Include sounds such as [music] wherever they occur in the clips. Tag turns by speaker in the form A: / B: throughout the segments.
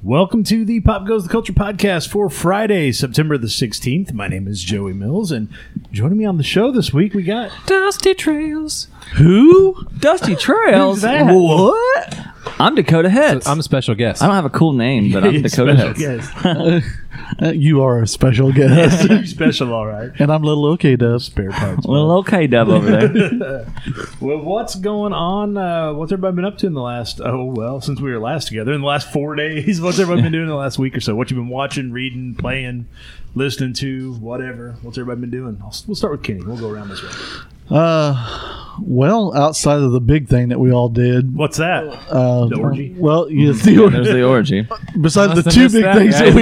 A: Welcome to the Pop Goes the Culture podcast for Friday, September the 16th. My name is Joey Mills, and joining me on the show this week, we got.
B: Dusty Trails.
A: Who?
B: Dusty Trails.
A: that?
B: What? I'm Dakota Heads.
C: I'm a special guest.
B: I don't have a cool name,
D: [laughs]
B: but I'm Dakota
A: [laughs]
B: Heads.
A: Yes.
D: Uh, You are a special guest.
A: special, all right.
D: [laughs] and I'm little OK Dubs.
A: Spare parts.
B: Well, okay, Dub over
D: [laughs]
B: there.
A: Well, what's going on? Uh, what's everybody been up to in the last? Oh well, since we were last together in the last four days, [laughs] what's everybody been doing in the last week or so? What you've been watching, reading, playing, listening to, whatever. What's everybody been doing? I'll, we'll start with Kenny. We'll go around this way.
D: Uh, well, outside of the big thing that we all did,
A: What's that?
D: uh,
A: The orgy?
D: Well, yes, the or-
B: There's the orgy.
D: [laughs] besides the
C: Must've
D: two
C: missed
D: big
C: that,
D: things that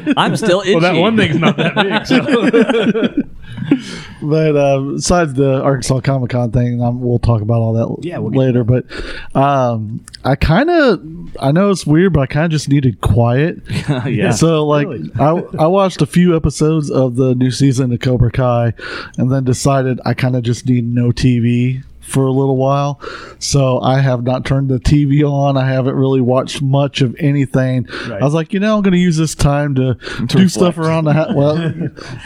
B: [laughs]
D: did, [laughs]
B: I'm still itchy.
A: well, that one thing's not that big. So.
D: but uh, besides the Arkansas Comic Con thing, um, we'll talk about all that
A: Yeah, we'll get
D: later. But um, I kind of, I know it's weird, but I kind of just needed quiet.
B: [laughs] yeah.
D: So like
A: Really?
D: I I watched a few episodes of the new season of Cobra Kai and then decided I kind of just need no TV for a little while. So I have not turned the TV on. I haven't really watched much of anything.
A: Right.
D: I was like, you know, I'm going to use this time to, do stuff around the house. Well,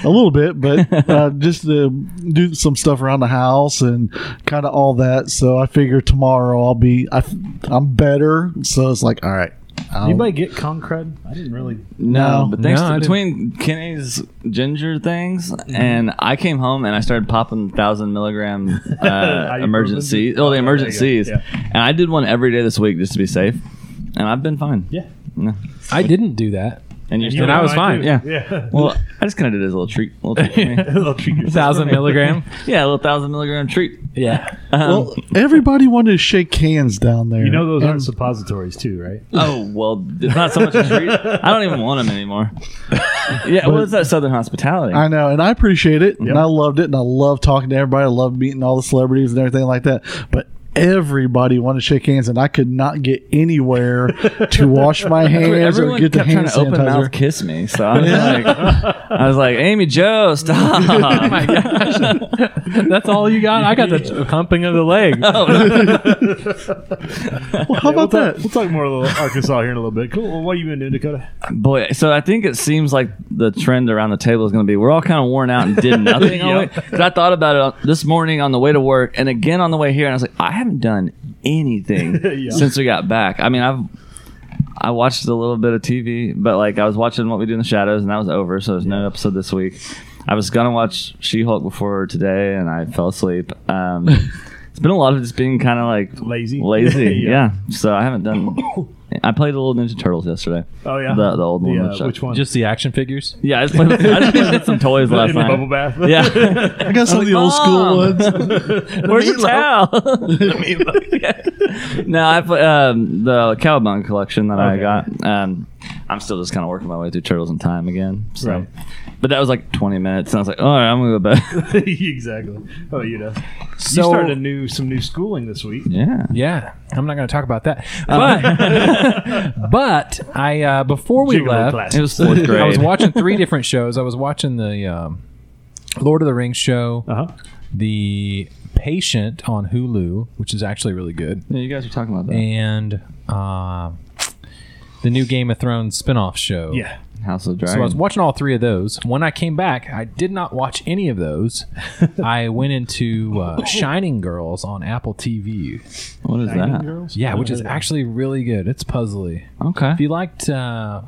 D: a little bit, but uh, just to do some stuff around the house and kind of all that. So I figure tomorrow I'll be I, am better. So it's like, all right. I'll-
A: Anybody get Concred? I didn't really.
B: No,
D: No.
B: but thanks
C: No,
B: to
C: I didn't.
B: between Kenny's ginger things, and I came home and I started popping thousand
D: [laughs]
B: milligram uh,
A: Ibuprofen?
B: emergency. Oh, the
A: Oh, there you go.
B: emergencies.
A: Yeah.
B: And I did one every day this week just to be safe, and I've been fine.
A: Yeah.
B: No.
C: I didn't do that.
B: And you're
A: You
B: still.
A: know,
C: I was fine,
A: do.
C: yeah.
A: Yeah.
D: [laughs]
A: [laughs]
B: Well, I just kind of did it as a little treat. Little treat for me.
A: They'll treat yourself.
C: [laughs] Thousand milligram.
B: [laughs] yeah, a little thousand milligram treat.
C: Yeah.
B: Um,
D: Well, everybody wanted to shake hands down there.
A: You know those aren't
D: And-
A: suppositories too, right?
B: Oh well, it's not so much a treat. I don't even want them
C: [laughs]
B: anymore. Yeah, well, it's that Southern hospitality.
D: I know, and I appreciate it,
A: Yeah.
D: and I loved it, and I love talking to everybody. I love meeting all the celebrities and everything like that. But everybody wanted to shake hands, and I could not get
A: [laughs]
D: anywhere to wash my hands or
B: Everyone
D: get the
B: kept trying
D: hand
B: to open mouth
D: sanitizer.
B: kiss me, so
C: [laughs]
B: I was like, I was like, Amy Joe, stop!
C: Oh my gosh.
B: [laughs]
C: That's all you got? I got the humping of the leg.
B: Oh, no.
C: [laughs]
D: Well, how
A: Yeah, we'll
D: about
A: talk-
D: that?
A: We'll talk more a little Arkansas here in a little bit. Cool. Well, what have you been doing, Dakota?
B: Boy, so I think it seems like the trend around the table is going to be we're all kind of worn out and
A: [laughs]
B: did nothing. all
A: Yep.
B: week. 'Cause I thought about it on- this morning on the way to work and again on the way here, and I was like, I haven't done anything
A: [laughs] Yeah.
B: since we got back. I mean, I've I watched a little bit of TV, but like I was watching What We Do in the Shadows, and that was over, so there's no episode this week. I was gonna watch She Hulk before today, and I fell asleep.
A: [laughs]
B: Um, it's been a lot of just being kind of like
A: Lazy.
B: lazy,
A: [laughs]
B: yeah. So I
A: [coughs]
B: haven't done. I played a little Ninja Turtles yesterday.
A: Oh yeah.
B: The- the old one
A: Yeah,
B: with Chuck.
A: which one?
C: [laughs] Just the action figures.
B: Yeah, I just played, I just played with some
A: [laughs]
B: toys
A: In
B: last
A: the bubble
B: night.
A: bath. [laughs]
B: Yeah.
D: I got some of the old school
B: Mom!
D: ones.
B: [laughs] Where's
A: [laughs]
B: your towel? Yeah. No, I play, um, the Cowabunga collection that
A: Okay.
B: I got. Um, I'm still just kind of working my way through Turtles in Time again. So.
A: Right.
B: But that was like 20 minutes, and I was like, all right, I'm gonna go
A: [laughs]
B: back. [laughs]
A: exactly. Oh, you know. you
C: So-
A: started a new some new schooling this
B: [laughs]
A: week.
B: yeah.
C: Yeah. I'm not going to talk about that.
A: [laughs]
C: But, [laughs] but I, uh, before we
A: Gigolo
C: left,
A: class.
B: It was fourth grade.
C: I was watching three different shows. I was watching the um, Lord of the Rings show,
A: Uh-huh.
C: The Patient on Hulu, which is actually really good.
B: Yeah, you guys were talking about that.
C: and uh, the new Game of Thrones spin-off show.
A: Yeah.
B: House of
C: So I
B: Dragons.
C: was watching all three of those. When I came back, I did not watch any of
A: [laughs]
C: those. I went into uh, Shining Girls on Apple TV.
B: what is
A: Dining
B: that?
A: girls?
C: Yeah, which is
A: Okay.
C: actually really good. It's puzzly. If
B: Okay.
C: you liked uh,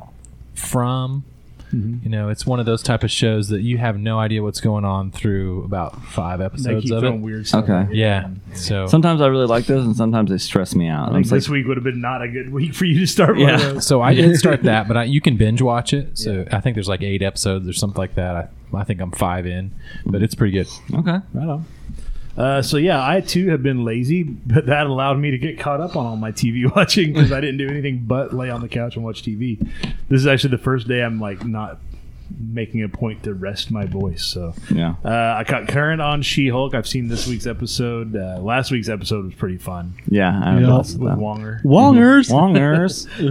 C: From,
A: Mm-hmm.
C: you know, it's one of those type of shows that you have no idea what's going on through about five
A: They
C: episodes
A: keep
C: of
A: throwing
C: it.
A: weird stuff.
B: Okay.
C: Yeah. So
B: Sometimes I really like those, and sometimes they stress me out.
A: I
B: I'm
A: think
B: just like,
A: this week would have been not a good week for you to start one of
B: Yeah.
A: those.
C: So I did start that, but I, you can binge watch it. So I think there's like eight episodes or something like that. I, I think I'm five in, but it's pretty good.
B: okay.
A: Right on. Uh, so yeah, I too have been lazy, but that allowed me to get caught up on all my TV [laughs] watching because I didn't do anything but lay on the couch and watch TV. This is actually the first day I'm like not making a point to rest my voice. So
B: Yeah.
A: uh, I caught current on She-Hulk. I've seen this week's episode. Uh, last week's episode was pretty fun
B: Yeah. I
D: Yeah.
B: lost
A: with
B: that.
A: Wonger.
D: Wongers.
B: Mm-hmm.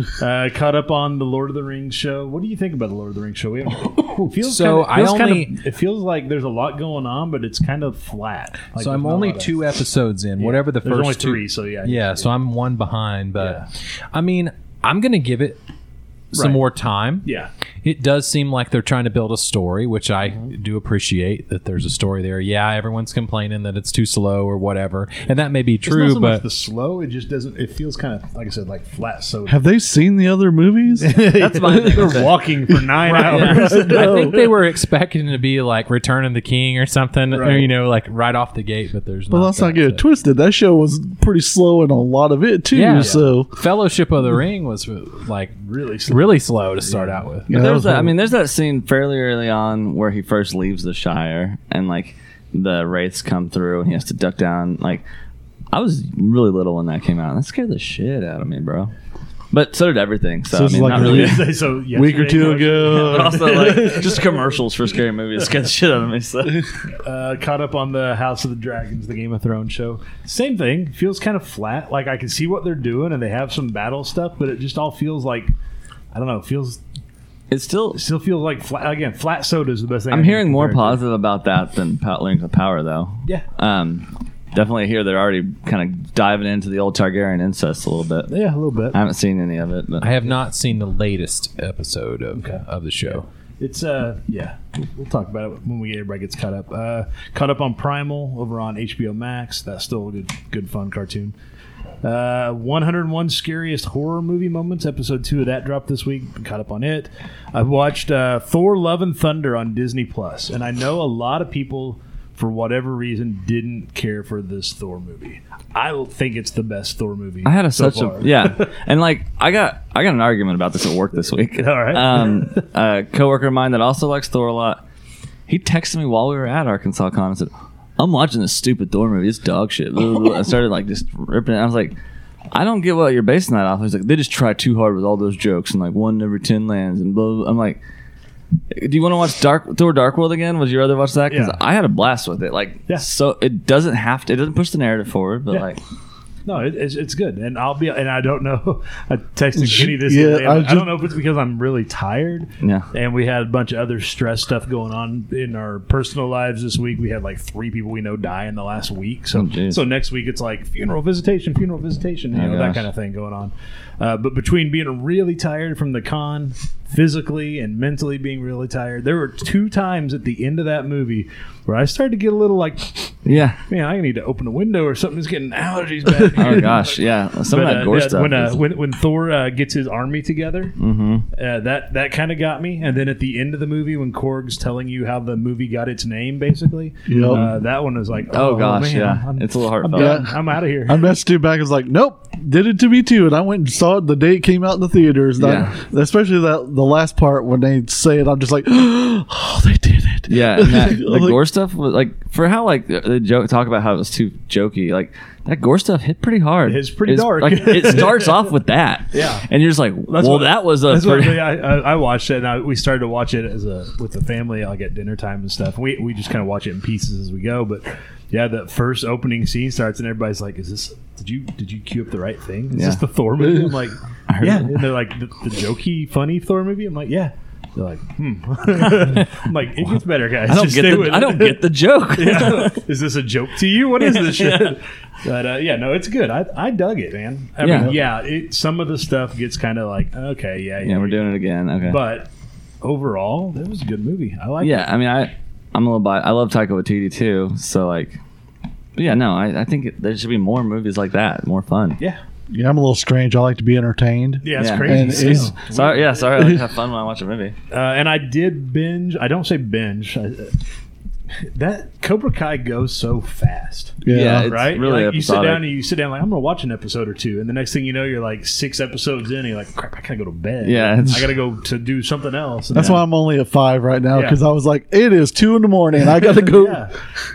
B: Wongers.
A: Uh, caught up on the Lord of the Rings show. What do you think about the Lord of the Rings show? We
C: [laughs]
A: haven't- it feels
C: So
A: kinda, it feels
C: I
A: kinda-
C: only-
A: it feels like there's a lot going on, but it's kind of flat. Like,
C: so I'm
A: there's not a
C: only
A: lot of-
C: two episodes in, whatever the
A: There's
C: first
A: only
C: two.
A: three, so yeah.
C: Yeah, so I'm one behind, but I mean, I'm gonna give it some
A: Right.
C: more time.
A: Yeah.
C: It does seem like they're trying to build a story, which I
A: Mm-hmm.
C: do appreciate that there's a story there. Yeah, everyone's complaining that it's too slow or whatever, and that may be true,
A: it's not so
C: but
A: much the slow. It just doesn't. It feels kind of like I said, like flat. So
D: Have they seen the
A: [laughs]
D: other movies?
A: that's
B: my thing.
A: They're walking for nine hours. [laughs]
C: [laughs] I think they were expecting to be like Return of the King or something, or,
A: Right.
C: you know, like right off the gate. But there's
D: well,
C: not
D: let's not
C: that,
D: get
C: so.
D: it twisted. That show was pretty slow in a lot of it too.
C: Yeah.
D: So
A: [laughs]
C: Fellowship of the Ring was like
A: really, slow. [laughs]
C: really slow to start out with.
D: Yeah, that
B: there's
D: was
B: that, I
D: horrible.
B: mean, there's that scene fairly early on where he first leaves the Shire and like the wraiths come through and he has to duck down. Like, I was really little when that came out. That scared the shit out of me, bro. But so did everything. So,
D: So
B: I
D: it's
B: mean,
D: like
B: not
D: really-
B: really.
D: [laughs]
A: so yesterday,
D: week or two
A: no,
D: ago,
B: But also,
D: [laughs]
B: like, just commercials for scary movies scared the shit out of me. So.
A: uh, caught up on the House of the Dragons, the Game of Thrones show. Same thing. Feels kind of flat. Like I can see what they're doing, and they have some battle stuff, but it just all feels like I don't know. It feels
B: It's still.
A: still feels like flat. Again, flat soda is the best thing. I
B: I'm
A: can
B: hearing more
A: compare it
B: positive about that than Pat Rings of Power, though.
A: to. Yeah,
B: Um, definitely hear they're already kind of diving into the old Targaryen incest a little bit.
A: yeah, a little bit.
B: I haven't seen any of it, but
C: I have not seen the latest episode of of the show.
A: It's uh yeah, we'll- we'll talk about it when we everybody gets caught up. Uh, caught up on Primal over on HBO Max. That's still a good good fun cartoon. Uh, 101 scariest horror movie moments. Episode two of that dropped this week. Been caught up on it. I watched uh, Thor: Love and Thunder on Disney Plus, and I know a lot of people. For whatever reason, didn't care for this Thor movie. I will think it's the best Thor movie.
B: I had a,
A: so
B: such
A: far. [laughs]
B: a yeah, and like I got I got an argument about this at work this week.
A: All right. [laughs]
B: um, a coworker of mine that also likes Thor a lot. He texted me while we were at Arkansas Con and said, "I'm watching this stupid Thor movie. It's dog shit." Blah, blah, blah. I started like just ripping. it. I was like, "I don't get what you're basing that off." He's like, "They just try too hard with all those jokes and like one in every ten lands and blah." blah, blah." I'm like. Do you want to watch Dark Thor Dark World again? Would you rather watch that? Because
A: Yeah.
B: I had a blast with it. Like,
A: Yeah.
B: so it doesn't have to. It doesn't push the narrative forward, but
A: Yeah.
B: like,
A: No, it, it's, it's good, and I'll be. And I don't know. [laughs] I texted Kenny this.
D: Yeah,
A: today,
D: I
A: I,
D: was
A: don't know if it's because I'm really tired,
B: yeah.
A: and we had a bunch of other stress stuff going on in our personal lives this week. We had like three people we know die in the last week, so
B: Oh, geez.
A: so next week it's like funeral visitation, funeral visitation, you
B: Oh,
A: know
B: gosh.
A: that kind of thing going on. Uh, but between being really tired from the con, physically and mentally being really tired, there were two times at the end of that movie where I started to get a little like,
B: Yeah.
A: man, I need to open a window or something. It's
B: [laughs]
A: getting allergies back.
B: Oh gosh, yeah. Some
A: But,
B: of
A: uh,
B: that gore
A: yeah,
B: stuff.
A: When, uh,
B: is- Mm-hmm.
A: when when Thor uh, gets his army together, uh, that that kind of got me. And then at the end of the movie, when Korg's telling you how the movie got its name, basically,
D: Yep.
A: uh, that one was like,
B: oh,
A: oh,
B: gosh,
A: man,
B: yeah.
A: I'm,
B: it's a little
A: I'm
B: heartfelt.
A: done. I'm out of here.
D: I messaged you back. I was like, "Nope, did it to me too." And I went and saw it the day it came out in the theaters. And I-
B: Yeah.
D: especially that the last part when they say it, I'm just like, [gasps] "Oh, they did it!" [laughs]
B: Yeah,
A: [laughs]
B: and that, the
D: Like-
B: gore stuff was like for how like the the joke talk about how it was too jokey. Like that gore stuff hit pretty hard.
A: It's pretty dark. [laughs]
B: Like it starts off with that.
A: Yeah.
B: and you're just like,
A: That's
B: well,
A: what-
B: that was a.
A: That's what
B: pretty-
A: I, I, I watched it, and I, we started to watch it as a with the family, like at dinner time and stuff. We we just kind of watch it in pieces as we go. But yeah, the first opening scene starts, and everybody's like, "Is this? Did you did you cue up the right thing? Is
B: Yeah.
A: this the Thor movie?" I'm
B: [laughs]
A: like,
B: heard
A: "Yeah,"
B: that.
A: and they're like, the, "The jokey, funny Thor movie." I'm like, "Yeah." They're like, "Hmm." [laughs] I'm like, "It gets better, guys."
B: [laughs] I don't
A: Just
B: get
A: stay
B: the.
A: with
B: I
A: it."
B: don't get the
A: [laughs]
B: joke.
A: Yeah. is this a joke to you? What is
B: [laughs]
A: this shit? But uh, yeah, no, it's good. I, I dug it, man. I
B: Yeah.
A: mean, yeah, it, some of the stuff gets kind of like, okay, yeah,
B: [laughs] Yeah, we're doing it again. Okay.
A: But overall, that was a good movie. I like
B: yeah, I mean, I, I'm a little bi I love Taika Waititi too. So like, but yeah, no, I, I think it, there should be more movies like that. More fun.
A: it. Yeah.
D: Yeah, I'm a little strange. I like to be entertained.
A: Yeah, it's
B: Yeah.
A: crazy.
D: And
A: still.
D: it's-
B: Sorry, yeah, sorry. I like to have fun when I watch a movie.
A: Uh, and I did binge. I don't say binge. I, uh, that Cobra Kai goes so fast.
B: Yeah, It's
A: right?
B: really
A: Like, you sit
B: episodic.
A: down and you sit down like I'm gonna watch an episode or two, and the next thing you know, you're like six episodes in, and you're like, crap, I gotta go to bed.
B: Yeah, it's-
A: I gotta go to do something else. And
D: That's
A: then-
D: why I'm only at five right now
A: Yeah.
D: because I was like, it is two in the morning. I
B: [laughs]
D: gotta go.
A: yeah.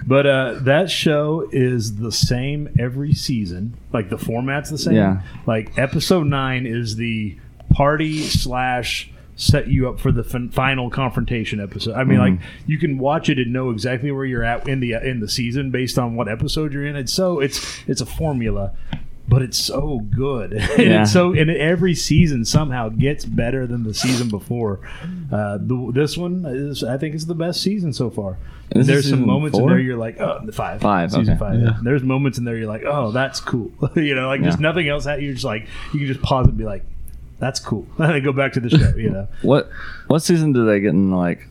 A: But uh, that show is the same every season. Like the format's the same.
B: Yeah.
A: Like episode nine is the party slash set you up for the fin- final confrontation episode. I mean, like you can watch it and know exactly where you're at in the uh, in the season based on what episode you're in. It's so it's it's a formula. But it's so good, [laughs] and
B: Yeah.
A: it's so and every season somehow gets better than the season before. Uh, the, this one is, I think, is the best season so far.
B: This is
A: There's some
B: season
A: moments in
B: four?
A: there you're like, oh, the five,
B: Five,
A: season
B: okay.
A: five. There's moments in there you're like, oh, that's cool. [laughs] you know, like there's
B: Yeah.
A: nothing else that you're just like, you can just pause and be like, That's cool. [laughs] I go back to the show. You know,
B: What what season did they get in like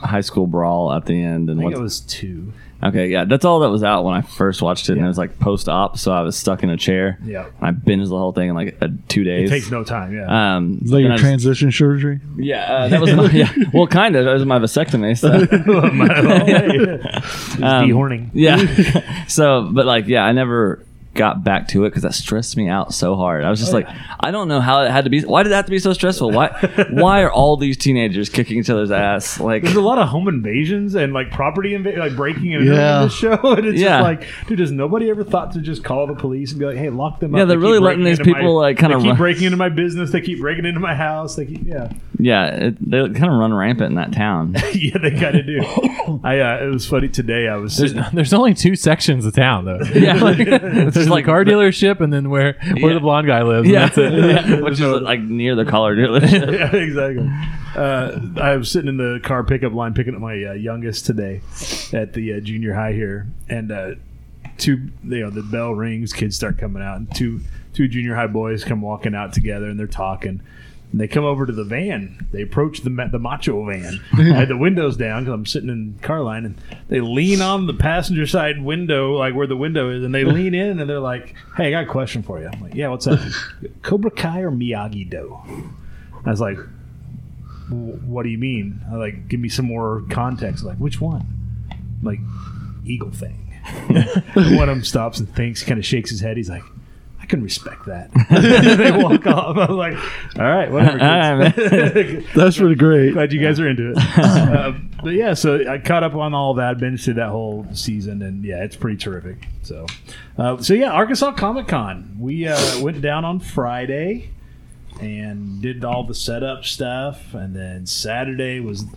B: high school brawl at the end? And
A: I think
B: what?
A: it was two.
B: okay, yeah, that's all that was out when I first watched it, and it was like post op, so I was stuck in a chair.
A: Yeah.
B: and I binged the whole thing in like uh, two
A: It
B: days.
A: takes no time. [laughs] Yeah.
B: um,
D: Is that
B: then
D: your
B: I just-
D: transition surgery?
B: yeah, uh, that was my,
D: [laughs]
B: yeah. Well, kind of. That was my vasectomy. So.
A: Oh,
B: [laughs]
A: my- [laughs] oh, hey. It's
B: Um,
A: dehorning.
B: Yeah. [laughs] so, but like, yeah, I never got back to it because that stressed me out so hard. I was
A: Oh,
B: just like, I don't know how it had to be. Why did it have to be so
A: [laughs]
B: stressful? Why? why are all these teenagers kicking each other's ass? Like,
A: There's a lot of home invasions and like property inv- like breaking and entering
D: Yeah.
A: in this show, [laughs] and it's
B: Yeah.
A: just like, dude, has nobody ever thought to just call the police and be like, hey, lock them up?
B: Yeah, they're
A: keep
B: really
A: breaking
B: letting these
A: into
B: people,
A: my-
B: like, kinda
A: They
B: [laughs]
A: keep
B: run-
A: breaking into my business. They keep breaking into my house. They keep yeah.
B: yeah, it, they kind of run rampant in
A: [laughs]
B: that town. [laughs]
A: yeah, they kind of do. I uh, it was funny today. I was
C: There's, [laughs]
A: sitting,
C: there's only two sections of town [laughs] though.
B: Yeah, like, it's
C: There's
B: just like
C: like car dealership and then where where
B: Yeah.
C: the blonde guy lives.
B: [laughs]
C: and
B: yeah,
C: that's [laughs] it.
B: yeah, which is like near the
A: [laughs]
B: collar dealership.
A: yeah, exactly. Uh, I was sitting in the car pickup line picking up my uh, youngest today at the uh, junior high here, and uh, two you know the bell rings, kids start coming out, and two two junior high boys come walking out together, and they're talking. And they come over to the van. They approach the ma- the macho van. I had the windows down because I'm sitting in car line, and they lean on the passenger side window, like where the window is, and they lean in and they're like, "Hey, I got a question for you." I'm like, "Yeah, what's up?" [laughs] Cobra Kai or Miyagi Do? I was like, "W- "What do you mean?" I was like, "Give me some more context." Like, which one? I'm like, eagle thing. And [laughs] one of them stops and thinks, kind of shakes his head. He's like, "I can respect that." [laughs] they walk off. I'm like, "All right, whatever."
B: [laughs] All
A: [laughs]
B: right,
A: kids."
D: That's pretty great.
A: Glad you guys are into it. Uh, but yeah, so I caught up on all that, been through that whole season, and yeah, it's pretty terrific. So, uh, so yeah, Arkansas Comic Con. We uh, went down on Friday and did all the setup stuff, and then Saturday was. [laughs]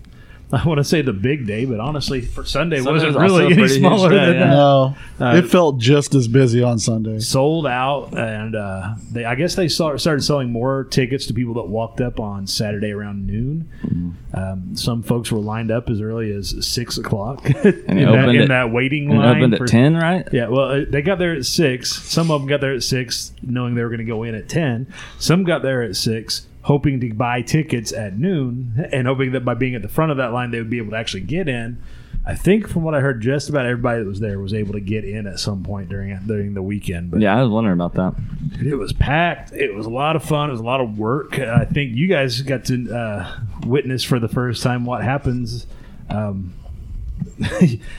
A: I want to say the big day, but honestly, for Sunday
B: Sunday
A: wasn't
B: was also
A: really
B: a
A: any
B: pretty huge
A: smaller
B: day,
A: than
B: yeah.
A: that
D: No,
A: Uh,
D: it felt just as busy on Sunday.
A: sold out and uh, they I guess they saw, started selling more tickets to people that walked up on Saturday around noon.
B: Mm-hmm.
A: Um, some folks were lined up as early as six o'clock [laughs] in, that,
B: opened
A: in
B: at-
A: that waiting
B: And it
A: line.
B: opened
A: for-
B: at ten, right?
A: Yeah, well, uh, they got there at six. Some of them got there at six, knowing they were going to go in at ten. Some got there at six, hoping to buy tickets at noon, and hoping that by being at the front of that line, they would be able to actually get in. I think, from what I heard, just about everybody that was there was able to get in at some point during during the weekend. But
B: Yeah, I was wondering about that.
A: Dude, It was packed. It was a lot of fun. It was a lot of work. Uh, I think you guys got to uh, witness for the first time what happens. Um, [laughs]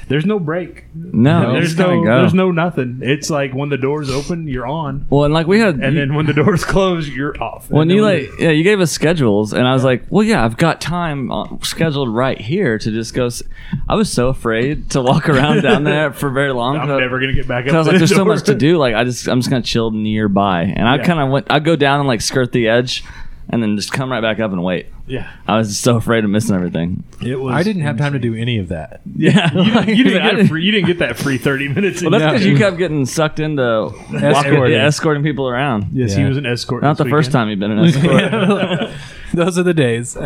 A: there's no break.
B: No,
A: there's
B: just kinda
A: no.
B: go.
A: There's no nothing. It's like when the doors open, you're on,
B: Well, and like we had,
A: and then
B: [laughs]
A: when the doors close, you're off.
B: when
A: And then
B: you like yeah you gave us schedules and i was like well yeah i've got time on, scheduled right here to just go s- i was so afraid to walk around
A: [laughs]
B: down there for very long
A: I'm
B: 'cause I-
A: never gonna get back up.
B: Cause
A: to
B: I was uh, like,
A: the
B: there's so
A: door.
B: much to do. Like, I just, I'm just gonna chill nearby, and I
A: Yeah.
B: kind of went, I go down and like skirt the edge, and then just come right back up and wait.
A: Yeah,
B: I was so afraid of missing everything.
A: it was.
C: I didn't have time to do any of that.
B: Yeah, [laughs] like,
A: You didn't,
B: I
A: get a free, you didn't get that free 30 minutes.
B: Well, that's because
A: in.
B: you kept getting sucked into escorting,
C: Escorting.
B: yeah, escorting people around.
A: Yes,
C: Yeah.
A: he
C: [laughs]
A: was an escort.
B: Not the
A: this
B: first
A: weekend.
B: time you've
A: [laughs]
B: been an escort.
C: Those are the days.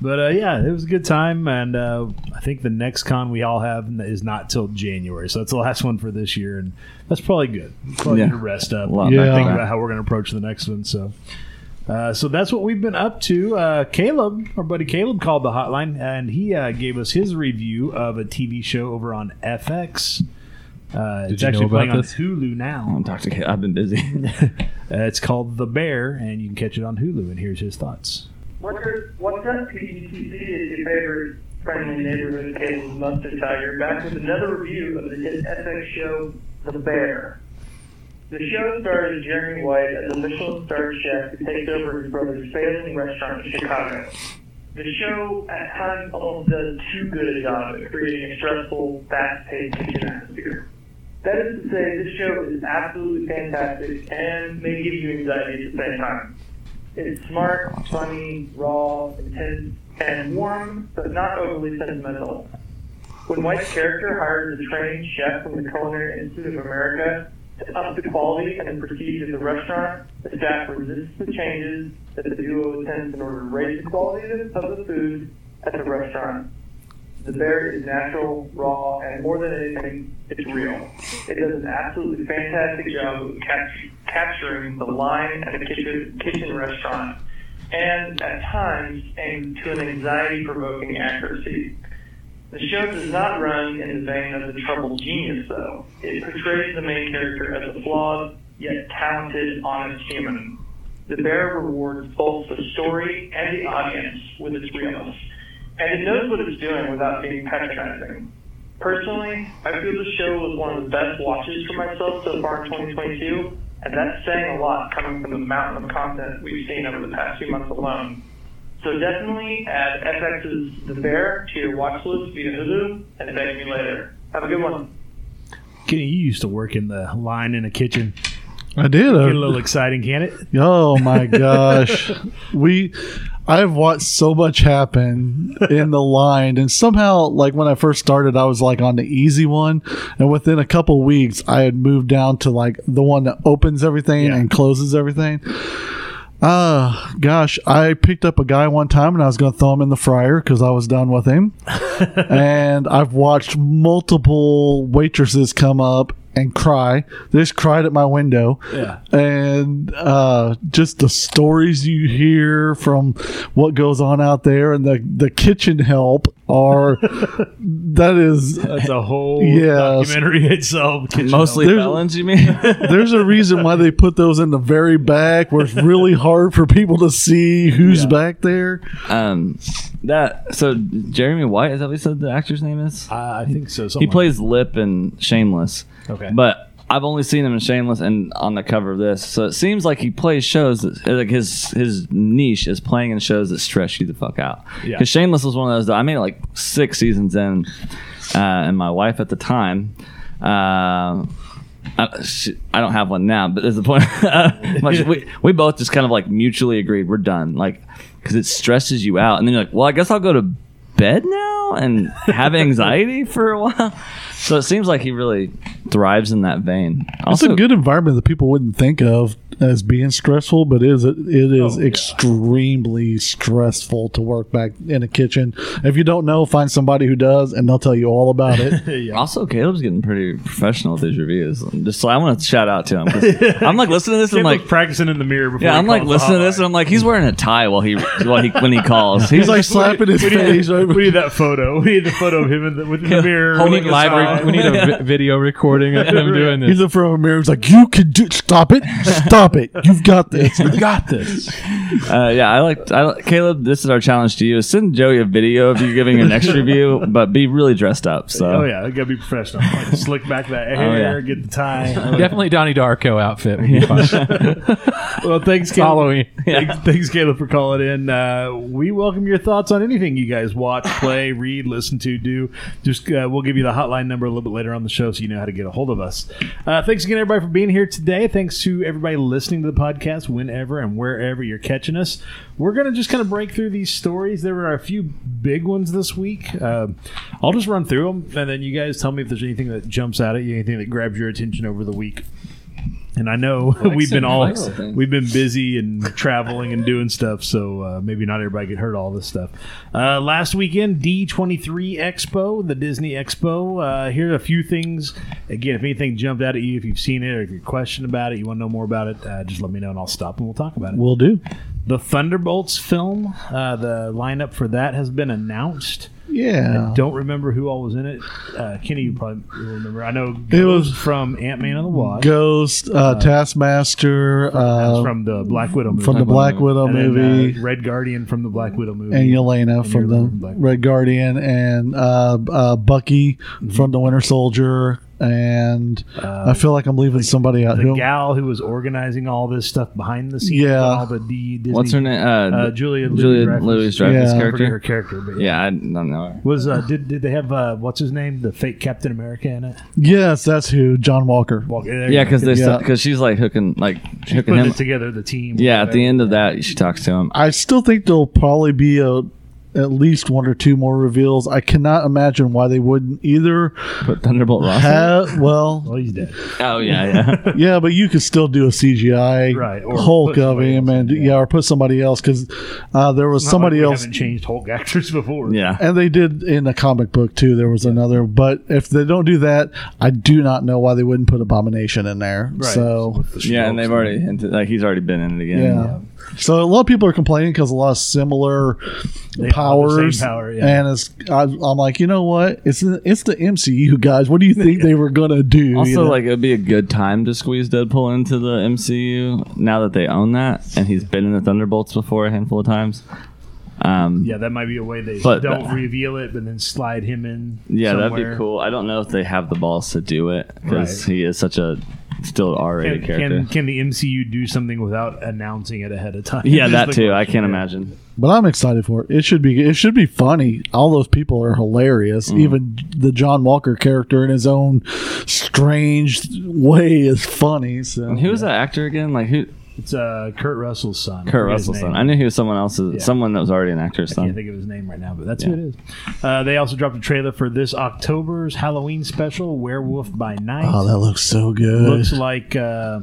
A: But uh, yeah, it was a good time, and uh, I think the next con we all have is not till January, so that's the last one for this year, and that's probably good. Probably
B: Yeah.
A: good to rest up,
B: A lot
A: and
D: back
A: think
D: to
A: about how we're going to approach the next one. So, uh, so that's what we've been up to. Uh, Caleb, our buddy Caleb, called the hotline, and he uh, gave us his review of a TV show over on FX. Uh, it's
C: you know
A: actually
C: about
A: playing
C: this?
A: on Hulu now.
B: I'm Dr. K. I've
A: [laughs]
B: been busy.
A: Uh, it's called The Bear, and you can catch it on Hulu. And here's his thoughts.
E: What does what does PGTC is your favorite friendly neighborhood cable mustard tiger back with another review of the hit FX show The Bear. The show stars Jeremy White as a Michelin star chef who takes over his brother's failing restaurant in Chicago. The show at times almost does too good a job of creating a stressful, fast-paced kitchen atmosphere. That is to say, this show is absolutely fantastic and may give you anxiety at the same time. It's smart, funny, raw, intense, and warm, but not overly sentimental. When White's character hires a trained chef from the Culinary Institute of America to up the quality and prestige of the restaurant, the staff resists the changes that the duo intends in order to raise the quality of the food at the restaurant. The bear is natural, raw, and more than anything, it's real. It does an absolutely fantastic job of cap- capturing the line at a kitchen, kitchen restaurant and at times aimed to an anxiety provoking accuracy. The show does not run in the vein of the troubled genius, though. It portrays the main character as a flawed, yet talented, honest human. The Bear rewards both the story and the audience with its realness, and it knows what it's doing without being patronizing. Personally, I feel the show was one of the best watches for myself so far in 2022, and that's saying a lot coming from the mountain of content we've seen over the past few months alone. So definitely add FX's The Bear to your watch list via Hulu and thank me later. Have a good one.
A: Kenny, you used to work in the line in a kitchen.
D: I did.
A: Get
B: [laughs]
A: a little exciting, can it?
D: Oh my gosh. we I've watched so much happen in the line and somehow like when I first started I was like on the easy one and within a couple weeks I had moved down to like the one that opens everything
A: Yeah.
D: and closes everything. Ah, gosh, I picked up a guy one time and I was going to throw him in the fryer cuz I was done with him. and I've watched multiple waitresses come up and cry. They just cried at my window.
A: Yeah.
D: And uh, just the stories you hear from what goes on out there and the, the kitchen help are that is
A: That's a
B: [laughs]
A: whole
D: Yes.
A: documentary itself. Kitchen
B: Mostly
D: There's-
B: felons,
A: [laughs]
B: you mean?
D: there's a reason why they put those in the very back where it's really hard for people to see who's back there.
B: um, that so Jeremy White is that what you said the actor's name is?
A: I I think so.
B: He
A: something like
B: plays Lip in Shameless.
A: Okay.
B: But I've only seen him in Shameless and on the cover of this, so it seems like he plays shows that like his his niche is playing in shows that stress you the fuck out.
A: Yeah.
B: Because Shameless was one of those. That I made it like six seasons in, uh, and my wife at the time. Uh, I, she, I don't have one now, but there's the point. [laughs] Like, we, we both just kind of like mutually agreed we're done, like because it stresses you out, and then you're like, well, I guess I'll go to bed now and
D: [laughs]
B: have anxiety for a while. So it seems like he really thrives in that vein.
D: It's
B: Also,
D: a good environment that people wouldn't think of as being stressful, but it is it is
A: Oh, yeah.
D: extremely stressful to work back in a kitchen. If you don't know, find somebody who does, and they'll tell you all about it. [laughs]
A: that. yeah.
B: Also, Caleb's getting pretty professional with his reviews. Just so I want to shout out to him.
D: [laughs]
B: 'cause I'm like listening to this. and
A: Tim
B: I'm like,
A: was practicing in the mirror before.
B: yeah,
A: he
B: I'm like
A: called the
B: listening to this,
A: hotline.
B: and I'm like, he's wearing a tie while he while he when he calls.
D: He's like
B: [laughs]
D: slapping his
A: we need,
D: face [laughs] over.
A: we need that photo. We need the photo of him in the, with the mirror.
C: We
B: holding
C: need
A: looking
B: his
C: live.
A: aside.
C: Re- [laughs] we
B: [laughs]
C: need a vi- video recording of him doing
D: He's
C: this.
D: in front of a mirror. He's like, "You can do. Stop it! Stop it! You've got this. [laughs] You got this."
B: Uh, yeah, I like I like- Caleb. This is our challenge to you: is send Joey a video of you giving your next
A: [laughs]
B: review, but be really dressed up. So
A: Oh yeah, I gotta be professional. Like, slick back that hair,
B: Oh, yeah.
A: get the
B: [laughs]
A: tie.
C: [laughs] Definitely Donnie Darko outfit. Would be fun.
A: well, thanks, Caleb.
C: [laughs] Halloween.
A: Thanks, thanks, Caleb, for calling in. Uh, we welcome your thoughts on anything you guys watch, play, read, listen to, do. Just uh, we'll give you the hotline number a little bit later on the show, so you know how to get a hold of us. Uh, thanks again, everybody, for being here today. Thanks to everybody listening to the podcast, whenever and wherever you're catching us. We're gonna just kind of break through these stories. There were a few big ones this week. Uh, I'll just run through them, and then you guys tell me if there's anything that jumps out at you, anything that grabs your attention over the week. And I know [laughs] we've been all
B: flexing thing.
A: we've been busy and traveling and doing stuff, so uh, maybe not everybody could heard all this stuff. Uh, last weekend, D23 Expo, the Disney Expo. Uh, here are a few things. Again, if anything jumped out at you, if you've seen it or if you're questioning about it, you want to know more about it, uh, just let me know and I'll stop and we'll talk about it.
D: Will do.
A: The Thunderbolts film, uh, the lineup for that has been announced.
D: Yeah.
A: Don't remember who all was in it. Uh, Kenny, you probably remember. I know
D: It was-
A: Ghost from Ant Man and the Wasp.
D: Ghost, uh, Taskmaster, uh,
A: from
D: from,
A: the Black Widow movie.
D: the Black Widow
A: And then,
D: movie.
A: uh, Red Guardian from the Black Widow movie.
D: and Yelena
A: Mm-hmm. And
D: from
A: Yelena
D: the
A: from Black-
D: Red Guardian, and uh, uh, Bucky
A: Mm-hmm.
D: from the Winter Soldier. And I feel like I'm leaving somebody out.
A: Uh, the
D: Who,
A: gal who was organizing all this stuff behind the scenes.
D: Yeah.
A: all the D Disney.
B: what's her name? Uh,
A: Uh, Julia
B: Julia
A: Louis-Dreyfus.
B: Louis
D: Yeah.
B: Dreyfus
D: I
A: I forget her
B: character.
A: character, but
B: Yeah, I don't know. Her.
A: Was uh, did did they have uh, what's his name the fake Captain America in it?
D: yes, that's who. John Walker.
A: Walker, there
B: Yeah,
A: you go.
B: because because
D: Yeah.
B: she's like hooking like hooking
A: putting
B: him.
A: it together the team.
B: Yeah, at the end of that, she talks to him.
D: I still think there'll probably be a at least one or two more reveals. I cannot imagine why they wouldn't either.
B: Put Thunderbolt
A: Uh-huh.
B: Ross.
A: [laughs]
D: Have, well,
A: Well, he's dead.
B: oh yeah, [laughs] yeah.
D: yeah, but you could still do a CGI
A: Right, or
D: Hulk
A: put
D: of
A: somebody
D: him,
A: else
D: and
A: in,
D: yeah.
A: yeah.
D: or put somebody else because uh, there was
A: Not
D: somebody
A: like we
D: else.
A: haven't changed Hulk actors before.
B: yeah.
D: And they did in a comic book too. There was another, but if they don't do that, I do not know why they wouldn't put Abomination in there.
A: Right.
D: So,
A: with the
B: Yeah, and
A: strokes
B: they've already hinted, like he's already been in it again.
D: yeah. So a lot of people are complaining because a lot of similar
A: They all have the same
D: powers,
A: power, yeah.
D: and it's I, I'm like, you know what? It's the- it's the MCU guys. What do you think they were gonna do?
B: Also,
D: you know?
B: like it'd be a good time to squeeze Deadpool into the MCU now that they own that, and he's been in the Thunderbolts before a handful of times. Um, yeah,
A: Yeah, that might be a way they
B: But
A: don't
B: that-
A: reveal it, but then slide him in.
B: that'd
A: somewhere.
B: be cool. I don't know if they have the balls to do it because
A: Right.
B: he is such a still R-rated
A: Can,
B: character.
A: can, can the MCU do something without announcing it ahead of time?
B: yeah,
A: Is
B: that
A: the
B: too. I
A: question,
B: can't
A: yeah.
B: imagine.
D: but I'm excited for it. It should be it should be funny. All those people are hilarious.
B: Mm-hmm.
D: Even the John Walker character in his own strange way is funny. So
B: And who was that actor again? Like who?
A: It's uh, Kurt Russell's son. I
B: Kurt
A: forget his
B: Russell's son.
A: name.
B: I knew he was someone else's,
A: Yeah.
B: someone that was already an actor's
A: I can't
B: son.
A: think of his name right now, but that's who it is. Uh, they also dropped a trailer for this October's Halloween special, Werewolf by Night.
D: Oh, that looks so good.
A: looks like uh,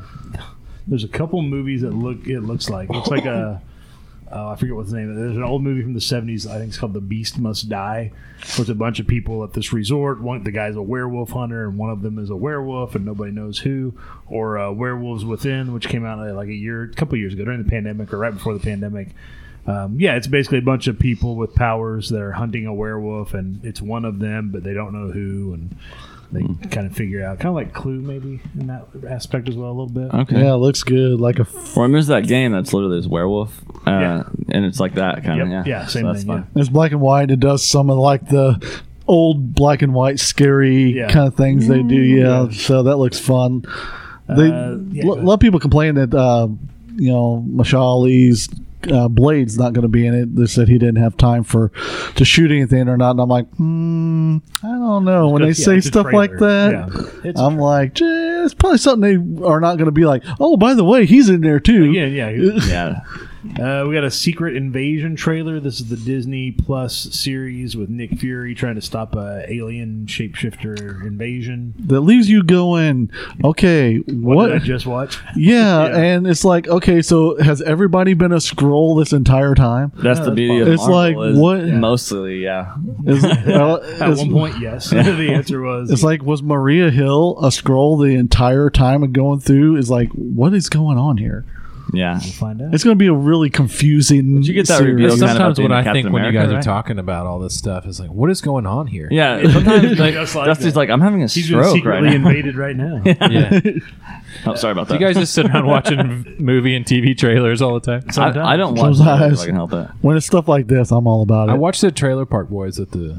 A: there's a couple movies that look it looks like looks like a [laughs] oh, I forget what's the name. of it. There's an old movie from the 70s. I think it's called The Beast Must Die. Where it's a bunch of people at this resort. One the guy's a werewolf hunter, and one of them is a werewolf, and nobody knows who. Or uh, Werewolves Within, which came out uh, like a year, a couple years ago during the pandemic or right before the pandemic. Um, yeah, it's basically a bunch of people with powers that are hunting a werewolf, and it's one of them, but they don't know who, and they
B: Hmm.
A: kind of figure out, kind of like Clue, maybe in that aspect as well, a little bit.
B: Okay.
D: yeah, it looks good. Like a f-
B: Or there's that game that's literally this werewolf, uh,
A: Yeah.
B: and it's like that kind of
A: Yep.
B: yeah.
A: Yeah, same
B: that's
A: thing,
B: fun.
A: yeah.
D: it's black and white. It does some of like the old black and white scary
A: Yeah.
D: kind of things they do. Yeah, so that looks fun.
A: Uh,
D: They
A: yeah,
D: lo-
A: go ahead.
D: lot of people complain that uh, you know Mashali's uh, Blade's not going to be in it. They said he didn't have time for to shoot anything or not. And I'm like, hmm, I don't know. When they
A: Because, yeah,
D: say
A: it's a
D: stuff like
A: trailer.
D: that,
A: Yeah. It's a
D: I'm like, "Eh, it's probably something they are not going to be like. Oh, by the way, he's in there too.
A: Yeah, yeah.
D: [laughs]
B: Yeah.
A: Uh, we got a Secret Invasion trailer. This is the Disney Plus series with Nick Fury trying to stop a alien shapeshifter invasion.
D: That leaves you going, okay,
A: What did I
D: what?
A: just
B: [laughs]
A: watch?
D: [laughs]
A: [laughs]
D: Yeah,
A: Yeah.
D: and it's like, okay, so has everybody been a scroll this entire time?
B: That's the beauty of
D: It's
B: Marvel
D: like,
B: is
D: what-
B: mostly yeah.
D: Is-
A: [laughs]
D: well,
A: At
D: it's-
A: one point, yes. [laughs] the answer was
D: It's like was Maria Hill a scroll the entire time and going through is like what is going on here?
B: Yeah.
A: find out.
D: It's going to be a really confusing.
B: you get that
D: series.
B: reveal?
C: That's
B: kind of
C: sometimes
B: up
C: what
B: in
C: I
B: Captain
C: think when you
B: America,
C: guys are
B: right?
C: talking about all this stuff is like, what is going on here? [laughs]
A: [laughs]
B: Yeah. Sometimes like,
A: Just like
B: Dusty's
A: that.
B: like, I'm having a
A: He's been
B: stroke right
A: secretly
B: now.
A: invaded right
B: [laughs]
A: now. [laughs]
C: [laughs] yeah.
B: oh, sorry about
C: Do
B: that.
C: you guys just sit [laughs]
B: [laughs]
C: around watching movie and TV trailers all the time?
A: Sometimes.
B: I, I don't watch that if
D: Sometimes.
B: I can help it.
D: when it's stuff like this, I'm all about it.
C: I watched the Trailer Park Boys at the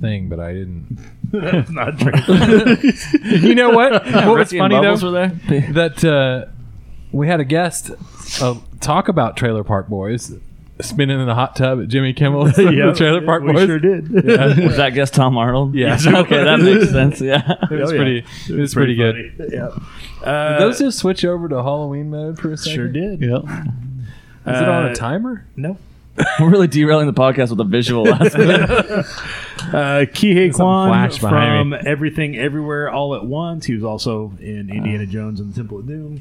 C: thing, but I didn't.
A: That's not true.
B: [laughs]
C: You know what? what was
B: Ricky and
C: funny
B: Bubbles
C: though?
B: were there?
C: [laughs] That uh, we had a guest uh, talk about Trailer Park Boys spinning in the hot tub at
A: [laughs]
C: Jimmy Kimmel's [laughs]
A: Yeah,
C: the Trailer Park
A: we
C: Boys.
A: sure
C: [laughs]
A: did. [laughs]
B: [laughs] Was that guest Tom Arnold? [laughs]
C: Yeah.
B: okay, that makes sense. Yeah.
C: It was
A: Oh, yeah.
C: pretty. It was pretty, good.
A: good. Yeah. Uh,
C: Those just switch over to Halloween mode for a second.
A: sure did.
D: yeah,
C: Is it on
A: Uh,
C: a timer?
A: No.
B: We're really derailing the podcast with a visual. last minute.
A: Uh, Kihei Kwan
C: flash behind
A: from Everything Everywhere All at Once. He was also
C: Ah.
A: in Indiana Jones and the Temple of Doom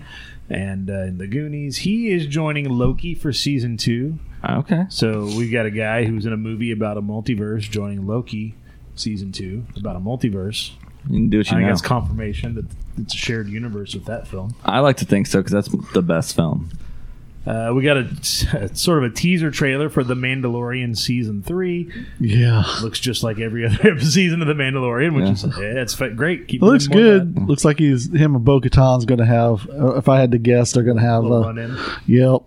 A: and uh, in The Goonies. He is joining Loki for season two.
B: okay.
A: So we've got a guy who's in a movie about a multiverse joining Loki season two about a multiverse.
B: You can do what you
A: I think
B: know.
A: that's confirmation that it's a shared universe with that film.
B: I like to think so because that's the best film.
A: Uh, we got a [laughs] sort of a teaser trailer for The Mandalorian season three.
D: yeah.
A: Looks just like every [laughs] other season of The Mandalorian, which
B: Yeah.
A: is yeah, that's fa- great. Keep
D: It looks
A: doing more of that.
D: good. Looks like he's him and Bo Katan's going to have. Uh, if I had to guess, they're going to have.
A: Little
D: Uh,
A: run in.
D: yep.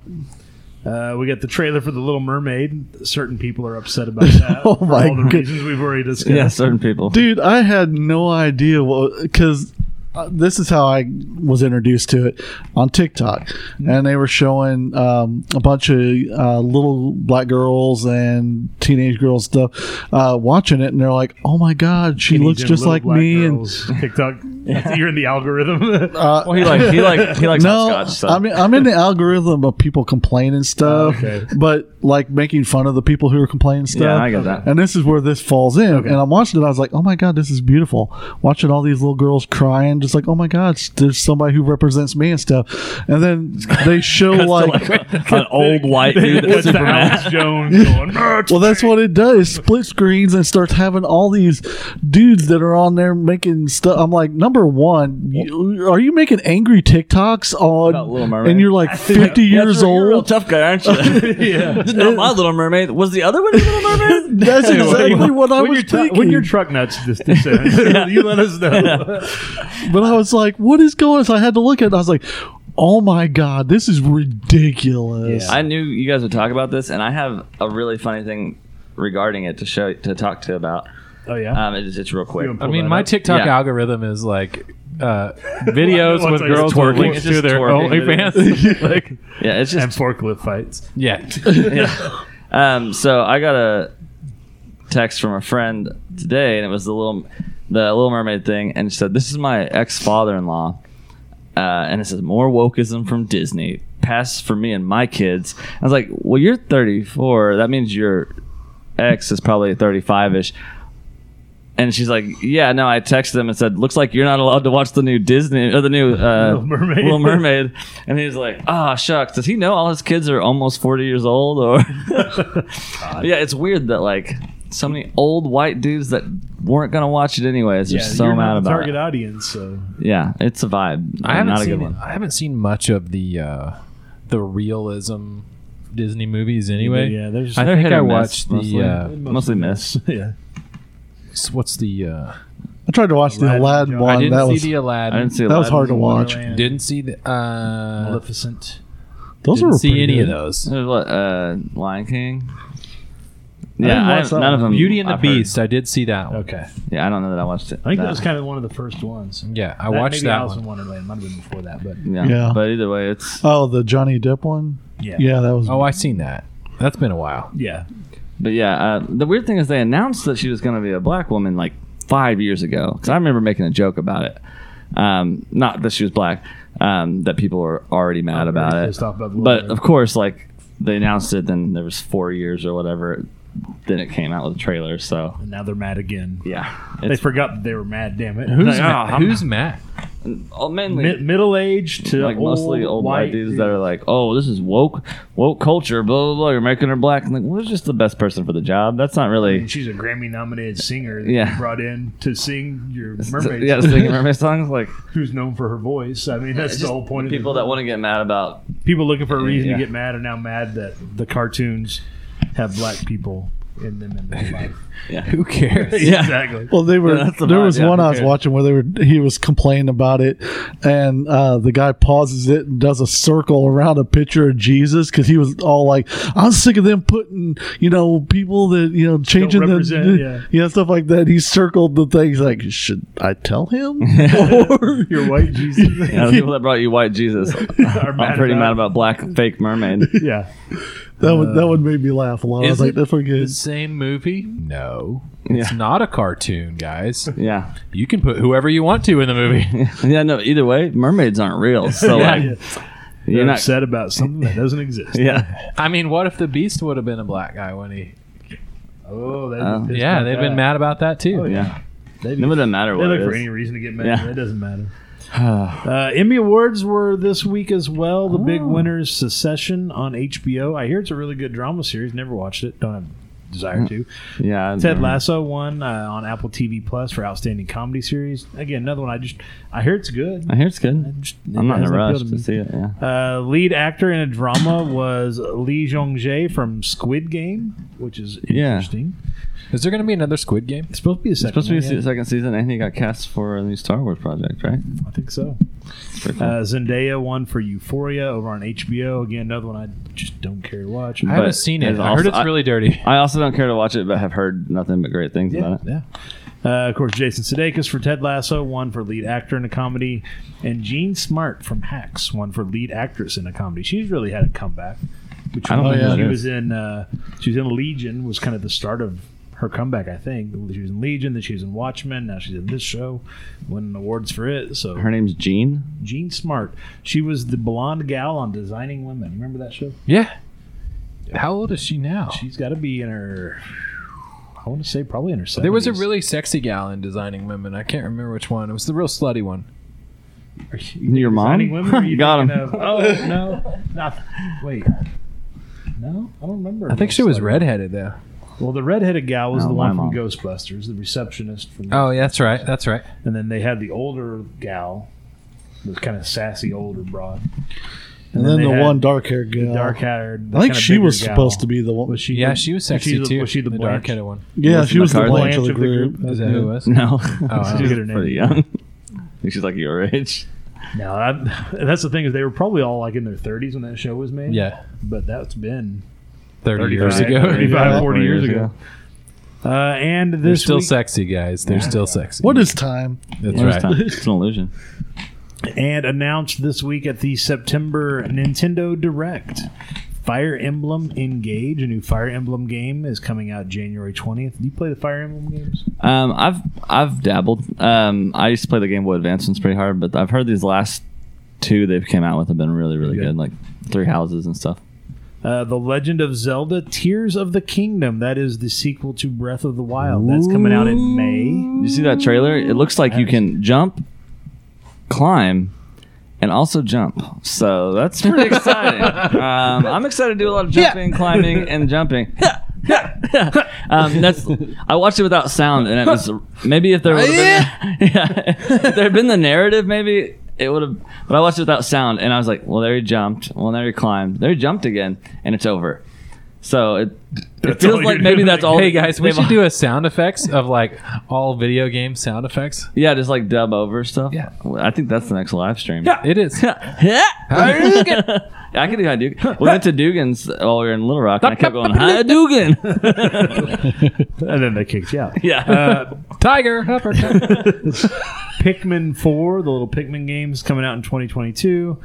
A: Uh, we got the trailer for The Little Mermaid. Certain people are upset about that.
D: [laughs] Oh
A: for
D: my
A: All the
D: good-
A: reasons we've already discussed.
B: Yeah, certain people.
D: Dude, I had no idea what because uh, this is how I was introduced to it on TikTok,
A: Mm-hmm.
D: and they were showing um, a bunch of uh, little black girls and teenage girls stuff uh, watching it, and they're like, "Oh my god, she
A: Skinny
D: looks
A: Jim,
D: just
A: Little
D: like
A: Black
D: me!"
A: Girls, TikTok. [laughs]
D: And [laughs]
A: You're in the [laughs] algorithm.
D: Uh,
B: Well, he like he like he likes
D: [laughs] no,
B: hot scotch. So.
D: I mean, I'm in the algorithm of
A: [laughs]
D: people complaining stuff,
A: Oh, okay.
D: but like making fun of the people who are complaining stuff.
B: yeah, I get that.
D: uh, And this is where this falls in. And I'm watching it. I was like, oh my God, this is beautiful. Watching all these little girls crying, just like, oh my God, s- there's somebody who represents me and stuff. And then
A: [laughs]
D: they show like,
B: An old white dude
A: What's
B: that's
A: the
B: super mad.
A: Alex Jones going? "No, it's
D: [laughs] well, that's what it does. Split screens and starts having all these dudes that are on there making stuff. I'm like, number one, you, are you making angry TikToks
B: About Little
D: on?
B: Mermaid.
D: And
A: [laughs]
D: you're like 50
B: Yeah,
D: years
B: you're- You're a real
D: old.
B: tough guy, aren't you?
A: Yeah.
B: Not my Little Mermaid. Was the other one your Little Mermaid?
D: That's exactly what
A: [laughs]
D: I
A: when
D: was
A: you're
D: thinking.
A: when you're truck nuts, just, just
D: [laughs]
A: say it. you let us know.
D: But I was like, what is going on? So I had to look at it. I was like, oh my God, this is ridiculous.
B: I knew you guys would talk about this, and I have a really funny thing regarding it to show to talk to about.
A: [laughs] Oh yeah. [laughs]
D: [laughs]
B: Um, it's, it's real quick.
A: You-
C: I
A: Pull
C: mean,
A: that
C: my
A: up.
C: TikTok
B: Yeah.
C: algorithm is like uh, videos
A: [laughs] Once
C: with
A: I just
C: girls
A: twerking,
C: twerking
B: it's
C: to
B: just
C: their
A: [laughs]
B: twerking
C: OnlyFans. like,
B: Yeah, it's
A: and
B: just
A: forklift fights.
C: [laughs]
A: [laughs]
C: yeah,
B: [laughs] yeah. Um, so I got a text from a friend today, and it was the little the Little Mermaid thing, and she said, "This is my ex father in law." Uh, and it says more wokeism from Disney pass for me and my kids. I was like, "Well, you're 34. That means your ex is probably 35 ish." And she's like, "Yeah, no." I texted him and said, "Looks like you're not allowed to watch the new Disney or the new
A: [laughs]
B: uh,
A: Little Mermaid.
B: Little Mermaid." And he's like, "Ah, shucks. Does he know all his kids are almost 40 years old?" Or
A: [laughs]
B: yeah, it's weird that like so many old white dudes that weren't gonna watch it anyways are so
A: you're not
B: mad
A: the
B: about
A: target
B: it.
A: audience. So
B: Yeah, it's a vibe.
C: I haven't
B: not a
C: seen
B: good one.
C: I haven't seen much of the uh, the realism Disney movies anyway.
A: yeah, there's
C: I
B: They're
C: think
B: hit
C: I
B: or miss,
C: watched
B: mostly.
C: the uh,
B: mostly miss.
A: [laughs] yeah.
C: s- what's the uh,
D: I tried to watch the
A: Aladdin
D: Aladdin
A: Jones. I
D: one.
C: I didn't
D: Oh, that
C: see
D: was
C: the
B: I didn't
C: Aladdin.
B: see
D: that was hard to watch.
A: Wonderland,
C: Didn't see the uh,
A: Maleficent.
D: Those
C: didn't
D: were
C: see
D: pretty
C: any of
D: good.
C: those.
B: There's what uh, Lion King.
D: didn't
B: Yeah, I
D: watch
B: have-
D: that
B: none
D: one.
B: of them.
C: Beauty and the
B: I've heard.
C: Beast. I did see that one.
A: Okay,
B: Yeah, I don't know that I watched it.
A: I think that was kind of one of the first ones.
C: Yeah, I watched
A: maybe
C: that
A: Alice
C: one.
A: in Wonderland might have been before that, but
B: yeah.
D: Yeah.
B: but either way, it's
D: Oh, the Johnny Depp one.
A: yeah,
D: Yeah, that was.
C: Oh, I seen that. That's been a while.
A: yeah.
B: but yeah. Uh, the weird thing is they announced that she was going to be a black woman like five years ago because I remember making a joke about it. Um, not that she was black. Um, that people were already mad about
A: Very
B: it.
A: pissed off about the
B: But
A: Little
B: of course, like they announced it, then there was four years or whatever. Then it came out with a trailer. So
A: And now they're mad again.
B: yeah,
A: They
B: it's
A: forgot that they were mad. Damn it!
C: Who's
A: Like,
C: Ma-
A: oh, I'm
C: who's Matt?
B: oh, mainly
A: mi- middle aged to
B: like mostly old white, dudes
A: dude.
B: that are like, "Oh, this is woke, woke culture, blah blah blah." You're making her black. I'm like, well, it's just the best person for the job. That's not really.
A: And she's a Grammy nominated singer that
B: Yeah.
A: you brought in to sing your
B: [laughs]
A: mermaid.
B: Yeah, singing mermaid songs like
A: [laughs] Who's known for her voice? I mean, [laughs] that's the
B: it's just
A: whole point of
B: people
A: the,
B: that want to get mad about.
A: people looking for a reason
B: Yeah.
A: to get mad are now mad that the cartoons have black people in them. In their life.
C: Who cares?
B: [laughs] Yeah.
A: exactly.
D: Well,
C: [laughs]
D: they were.
B: Yeah, that's the
D: there
B: vibe,
D: was
B: yeah.
D: one I was
B: Okay.
D: watching where they were. He was complaining about it, and uh, the guy pauses it and does a circle around a picture of Jesus because he was all like, "I'm sick of them putting, you know, people that you know changing the,
A: represent,
D: the-
A: yeah.
D: you know, stuff like that." He circled the thing. He's like, "Should I tell
B: [laughs]
D: him?" or
A: Your white Jesus.
B: You
A: [laughs]
B: know, the people that brought you white Jesus
A: Are
B: are
A: mad
B: pretty
A: about-
B: mad about black fake mermaid.
A: [laughs] yeah.
D: that would that would make me laugh a lot. I was
C: Is
D: like,
C: it-
D: "That's pretty
C: The
D: good."
C: same movie? No. It's
B: Yeah.
C: not a cartoon, guys.
B: Yeah,
C: You can put whoever you want to in the movie.
B: [laughs] yeah. No, either way, mermaids
A: [laughs]
B: aren't real. So
A: yeah.
B: like, you're
A: They're
B: not.
A: upset about something that doesn't
B: [laughs]
A: exist.
B: Yeah,
C: I mean, what if the Beast would have been a black guy when he?
A: Oh, they'd
B: Oh.
A: be pissed
C: Yeah,
A: about
C: they've
A: that.
C: been mad about that too.
A: Oh, yeah.
B: yeah.
A: They'd be
B: It doesn't matter
A: They
B: what.
A: look
B: it
A: for
B: is.
A: any reason to get mad.
B: Yeah.
A: That doesn't
B: [sighs]
A: matter. uh, Emmy Awards were this week as well. The
B: Oh.
A: big winners, Secession on HBO. I hear it's a really good drama series. Never watched it. Don't have a desire to.
B: Mm. Yeah, I-
A: Ted Lasso won uh, on Apple TV Plus for outstanding comedy series. Again, another one. I just I hear it's good.
B: I hear it's good.
A: Just- it
B: I'm not in a
A: hasn't
B: rush
A: appealed to
B: to
A: me.
B: see it. Yeah.
A: Uh, lead actor in a drama was Lee Jong Jae from Squid Game, which is
B: Yeah.
A: interesting.
C: Is there going to be another Squid Game?
A: It's supposed to be a second.
B: Supposed to be a
A: one,
B: se- second season, and he got cast for a new Star Wars project, right?
A: yeah. I think so.
B: It's pretty cool.
A: Uh, Zendaya won for Euphoria over on HBO. Again, another one I just don't care to watch.
C: I
B: But
C: haven't seen it.
B: there's
C: I heard
B: also-
C: it's
B: I-
C: really dirty.
B: I also don't care to watch it, but have heard nothing but great things
A: Yeah,
B: about it.
A: yeah. Uh, of course, Jason Sudeikis for Ted Lasso, one for lead actor in a comedy, and Jean Smart from Hacks, one for lead actress in a comedy. She's really had a comeback. Which
B: I don't
A: one-
B: think
A: she
B: that
A: was
B: is.
A: in. Uh, she was in Legion. Was kind of the start of her comeback. I think she was in Legion, then she was in Watchmen. Now she's in this show, winning awards for it. So
B: Her name's Jean.
A: Jean Smart, she was the blonde gal on Designing Women. Remember that show?
C: [laughs] Yeah. How old is she now?
A: She's got to be in her. I want to say probably in her. 70s.
C: There was a really sexy gal in designing women. I can't remember which one. It was the real slutty one.
B: Your mom?
A: Designing
B: [laughs]
A: Women, or are you
B: Got
A: thinking of-
B: him.
A: oh no, not, wait. No, I don't remember.
C: I think she was redheaded though.
A: Well, the redheaded gal was
B: No,
A: the
B: my
A: one from
B: mom.
A: Ghostbusters, the receptionist from.
C: Oh, yeah, that's right. That's right.
A: And then they had the older gal, the kind of sassy older broad.
D: And, then,
A: they
D: the
A: had
D: one dark haired
A: the
D: girl.
A: dark haired.
D: I think she was supposed to be the one.
A: Was she?
C: Yeah,
A: the-
C: she was
A: she's
C: sexy
A: the-
C: too.
A: Was she the,
C: dark
A: blanche?
C: headed one?
D: yeah,
B: Melissa
D: she was the
B: McCarthy.
D: blanche of the group.
C: Is that who it
B: [laughs]
C: was?
B: No.
C: I
A: Did
C: don't
A: you
C: know.
A: Oh, get her name?
B: Pretty young. [laughs] I think she's like your age.
A: No, that, [laughs] that's the thing is they were probably all like in their 30s when that show was made.
C: [laughs] Yeah,
A: but that's been
C: thirty years
A: 35,
C: ago.
A: 35,
D: Yeah.
A: 40 years ago. Uh, and
C: [laughs] They're
A: this
C: still
A: week,
C: sexy, guys. They're still sexy.
D: What is time?
C: That's
B: Yeah, it's
C: right.
B: time. It's an illusion.
A: and announced this week at the September Nintendo Direct. Fire Emblem Engage, a new Fire Emblem game, is coming out January 20th. Do you play the Fire Emblem games?
B: Um, I've I've dabbled. Um, I used to play the Game Boy Advance ones pretty hard, but I've heard these last two they've came out with have been really really
A: Good.
B: good. Like Three Houses and stuff.
A: Uh, the Legend of Zelda Tears of the Kingdom. That is the sequel to Breath of the Wild. That's coming out in May.
B: You see that trailer? It looks like you can jump, climb, and also jump. So that's
C: [laughs]
B: pretty exciting. um, I'm excited to do a lot of jumping, climbing, and
C: [laughs]
B: jumping. [laughs] um, that's. I watched it without sound, and it was maybe if there would have been, [laughs] yeah, if there had been the narrative, maybe it would have. But I watched it without sound, and I was like, "Well, there he jumped. Well, there he climbed. There he jumped again, and it's over." So it, it
A: That's all
B: feels
A: you're
B: like maybe
C: [laughs]
A: doing.
B: that's all.
C: Hey guys, we
B: they've-
C: should do a sound effects of like all video game sound effects.
B: Yeah, just like dub over stuff.
C: Yeah.
B: I think that's the next live stream. [laughs]
C: It is.
B: I could do Hadouken. We went to Dugan's while we were in Little Rock, and I kept
A: [laughs]
B: going Hadouken.
A: And then they kicked you out.
B: [laughs] yeah,
A: Uh,
C: Tiger. uppercut. [laughs]
A: Pikmin 4, the little Pikmin games coming out in 2022.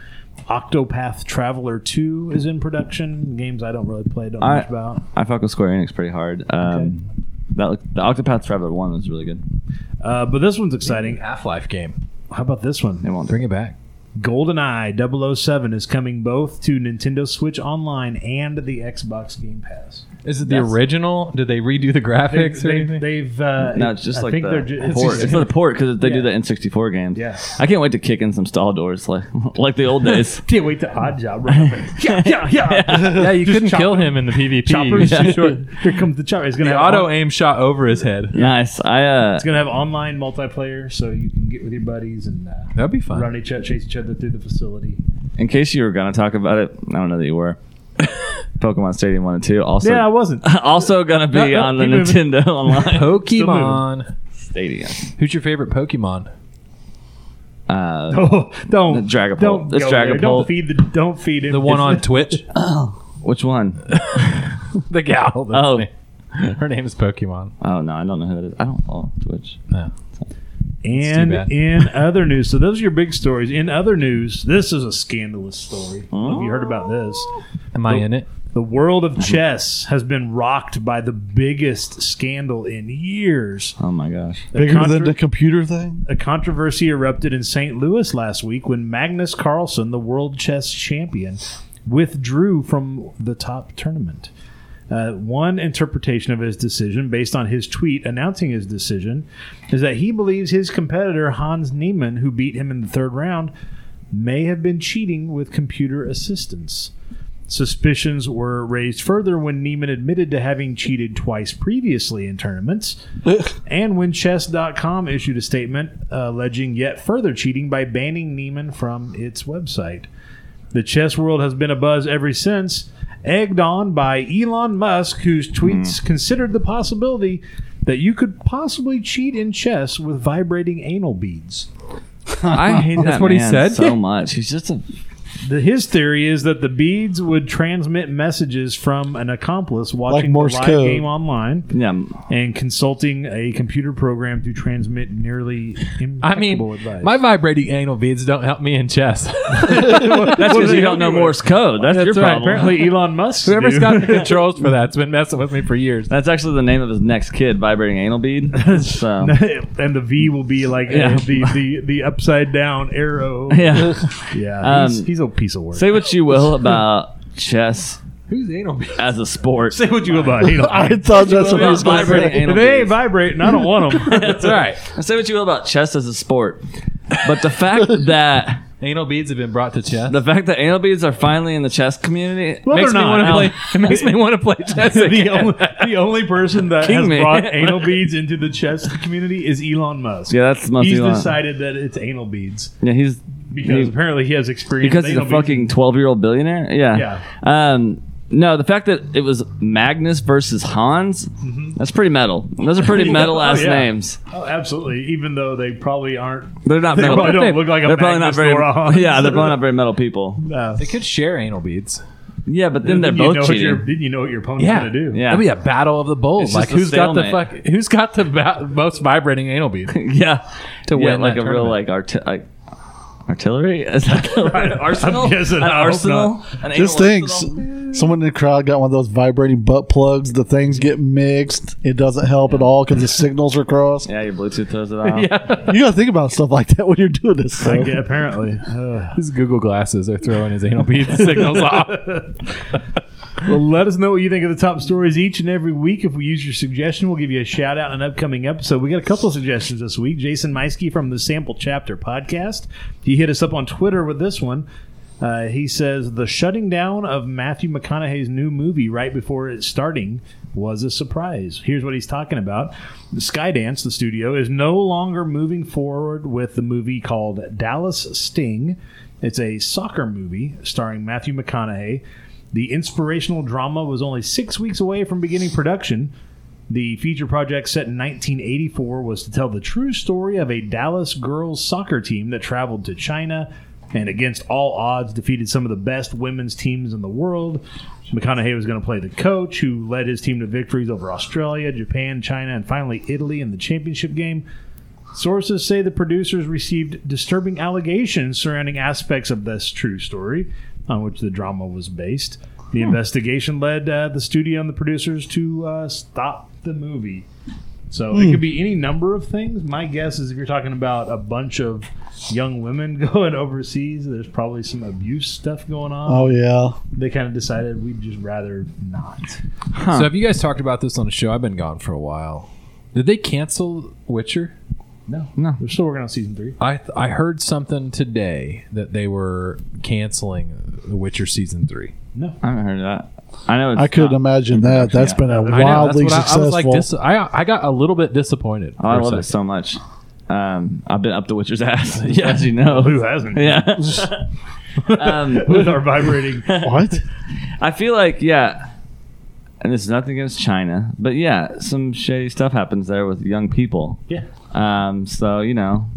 A: Octopath Traveler 2 is in production. Games I don't really play, don't know
B: I-
A: much about.
B: I fuck with Square Enix pretty hard. Um, That looked, the Octopath Traveler one was really good.
A: Uh, but this one's exciting.
C: Half Life game.
A: How about this one?
B: They won't.
C: Bring it back.
A: GoldenEye 007 is coming both to Nintendo Switch Online and the Xbox Game Pass.
C: Is it the
B: That's-
C: original? Did they redo the graphics or anything?
A: have uh,
B: No, it's just
A: I
B: like
A: think
B: the
A: they're ju- it's
B: port.
A: just-
B: It's for the port because they
A: Yeah.
B: do the N64 games.
A: Yeah.
B: I can't wait to kick in some stall doors like [laughs] like the old days.
A: [laughs] Can't wait to odd job. Right? yeah, yeah, yeah.
C: [laughs] yeah, you
A: Just
C: couldn't kill
A: chopper-
C: him in the PvP.
A: Chopper's
C: Yeah.
A: too short. Here comes the chopper. It's gonna
C: [laughs] The
A: have
C: auto
A: on-
C: aim shot over his head.
B: Nice. I uh,
A: it's gonna have online multiplayer, so you can get with your buddies and uh,
C: That'd be fun.
A: run each other, chase each other through the facility.
B: in case you were gonna talk about it, I don't know that you were. [laughs] Pokemon Stadium one and two also
A: yeah, I wasn't.
B: [laughs]
A: [laughs]
B: also gonna be
A: No, no,
B: on the
A: keep moving.
B: Nintendo Online
C: Pokemon.
B: Stadium.
C: Who's your favorite Pokemon?
B: Uh,
A: Oh, don't
B: Dragapult.
A: Don't
B: It's
A: go there.
B: Dragapult.
A: Don't feed the. Don't feed him.
C: The one
A: It's [laughs]
C: on Twitch?
B: which one?
C: the gal. that's
B: Oh.
C: the name. Her name is Pokemon.
B: Oh no, I don't know who that is. I don't follow Twitch.
C: No. too
A: And
C: bad.
A: in other news, so those are your big stories. In other news, this is a scandalous story. Have you heard about this?
C: Am I in it?
A: The world of chess has been rocked by the biggest scandal in years.
B: Oh my
D: [laughs]
B: gosh.
A: A
D: Bigger
A: contro-
D: than the computer thing?
A: a controversy erupted in St. Louis last week when Magnus Carlsen, the world chess champion, withdrew from the top tournament. Uh, one interpretation of his decision, based on his tweet announcing his decision, is that he believes his competitor, Hans Niemann, who beat him in the third round, may have been cheating with computer assistance. Suspicions were raised further when Neiman admitted to having cheated twice previously in tournaments, and when Chess.com issued a statement alleging yet further cheating by banning Neiman from its website. The chess world has been abuzz ever since, egged on by Elon Musk, whose tweets
C: Hmm.
A: considered the possibility that you could possibly cheat in chess with vibrating anal beads.
B: I hate
C: That's
B: Oh, that
C: what he
B: man
C: said?
B: so much. He's just a
A: The, his theory is that the beads would transmit messages from an accomplice watching
D: Morse
A: the live
D: code.
A: game online
B: Yeah.
A: and consulting a computer program to transmit nearly
C: I mean,
A: impeccable advice.
C: my vibrating anal beads don't help me
A: [laughs]
C: in chess. [laughs]
B: That's because
A: they
B: you don't know
A: anyway?
B: Morse code. That's, your
A: That's right.
B: problem. [laughs]
A: Apparently, Elon Musk.
C: Whoever's
A: do. [laughs]
C: got [laughs] the controls for that's been messing with me for years.
B: That's actually the name of his next kid, vibrating anal bead.
A: [laughs]
B: So
A: and the V will be like uh,
B: Yeah.
A: the, the the upside down arrow.
B: yeah,
A: Yeah, he's,
B: Um,
A: he's a piece of work.
B: say what you will about chess
C: Who's anal beads?
B: as a sport.
A: Say what you will about Elon.
D: I thought that's what he was going to
B: Vibrating
D: say. [laughs]
B: anal
A: they ain't
B: beads.
A: vibrating. I don't want
B: [laughs]
A: them.
C: That's right.
B: Say what you will about chess as a sport, but the fact that
C: Anal beads have been brought to chess.
B: the fact that anal beads are finally in the chess community
A: Well,
B: makes me
A: they're not.
B: want to
A: Now- [laughs]
C: [laughs]
B: play. It makes me want to play chess
A: the,
B: again.
A: only, the only person that
B: King
A: has
B: me.
A: brought anal beads into the chess community is Elon Musk.
B: yeah, that's must
A: he's
B: be one.
A: decided that it's anal beads
B: Yeah, he's
A: because
B: He-
A: apparently he has experience.
B: because
A: with
B: he's a
A: anal beads.
B: fucking twelve-year-old billionaire. Yeah. Um, no, the fact that it was Magnus versus Hans, that's pretty metal. Those are pretty
A: Mm-hmm. [laughs] Yeah.
B: metal ass
A: Oh, yeah.
B: names.
A: Oh, absolutely. Even though they probably aren't.
B: They're not.
A: They
B: metal.
A: probably don't look like a
B: They're probably
A: Magnus
B: not very.
A: or a Hans.
B: Yeah, they're probably not very metal people.
A: Uh,
C: They could share anal beads.
B: Yeah, but then they're
A: didn't you know
B: both
A: what your-
B: cheating.
A: Didn't you know what your opponent's
C: Yeah.
A: gonna do?
B: Yeah.
C: That'd be a battle of the bulls.
B: It's
C: Like
B: just a
C: who's got the fuck?
B: stalemate.
C: Who's got the ba- most vibrating anal bead?
B: [laughs] [laughs]
C: [sighs]
B: yeah, to
C: win
B: like a
C: that
B: real
C: tournament.
B: like, arti- like artillery. Is that
A: [laughs]
B: the right? Arsenal?
A: I'm guessing,
B: An
A: I hope
B: arsenal? An anal
D: Just think,
B: arsenal?
D: s- someone in the crowd got one of those vibrating butt plugs. The things get mixed. It doesn't help at all because the signals are crossed.
B: Yeah, your Bluetooth
A: [laughs]
B: throws it off.
C: yeah,
D: You got to think about stuff like that when you're doing this.
A: I
D: stuff.
A: gue- apparently. [laughs] Uh,
C: his Google glasses are throwing his anal [laughs] bead signals off.
A: well, let us know what you think of the top stories each and every week. If we use your suggestion, we'll give you a shout out in an upcoming episode. We got a couple of suggestions this week. Jason Meiske from the Sample Chapter podcast. He hit us up on Twitter with this one. Uh, he says the shutting down of Matthew McConaughey's new movie right before it's starting was a surprise. Here's what he's talking about: Skydance, the studio, is no longer moving forward with the movie called Dallas Sting. It's a soccer movie starring Matthew McConaughey. The inspirational drama was only six weeks away from beginning production. The feature project set in 1984 was to tell the true story of a Dallas girls soccer team that traveled to China and against all odds defeated some of the best women's teams in the world. McConaughey was going to play the coach who led his team to victories over Australia, Japan, China, and finally Italy in the championship game. Sources say the producers received disturbing allegations surrounding aspects of this true story on which the drama was based. The
B: Hmm.
A: investigation led uh, the studio and the producers to uh, stop the movie. So
B: Hmm.
A: it could be any number of things. My guess is if you're talking about a bunch of young women [laughs] going overseas, there's probably some abuse stuff going on.
D: Oh yeah,
A: They kind of decided we'd just rather not.
C: So have you guys talked about this on the show? I've been gone for a while. Did they cancel Witcher?
A: No,
B: No.
A: They're still working on season three.
C: I th- I heard something today that they were canceling The Witcher season three.
A: No,
B: I haven't heard of that. I know. It's
D: I couldn't
B: not-
D: imagine that. That's been a
C: I know, that's
D: wildly
C: what I- I,
D: successful.
C: was like, dis- I I got a little bit disappointed.
B: Oh, I
C: for a
B: love it
C: second.
B: so much. Um, I've been up the Witcher's ass, [laughs] as you know.
A: Oh, who hasn't? [laughs]
B: Yeah. um,
A: With our
B: [laughs]
A: vibrating
D: what?
B: I feel like yeah, and this is nothing against China, but yeah, some shady stuff happens there with young people.
A: Yeah.
B: Um. So you know,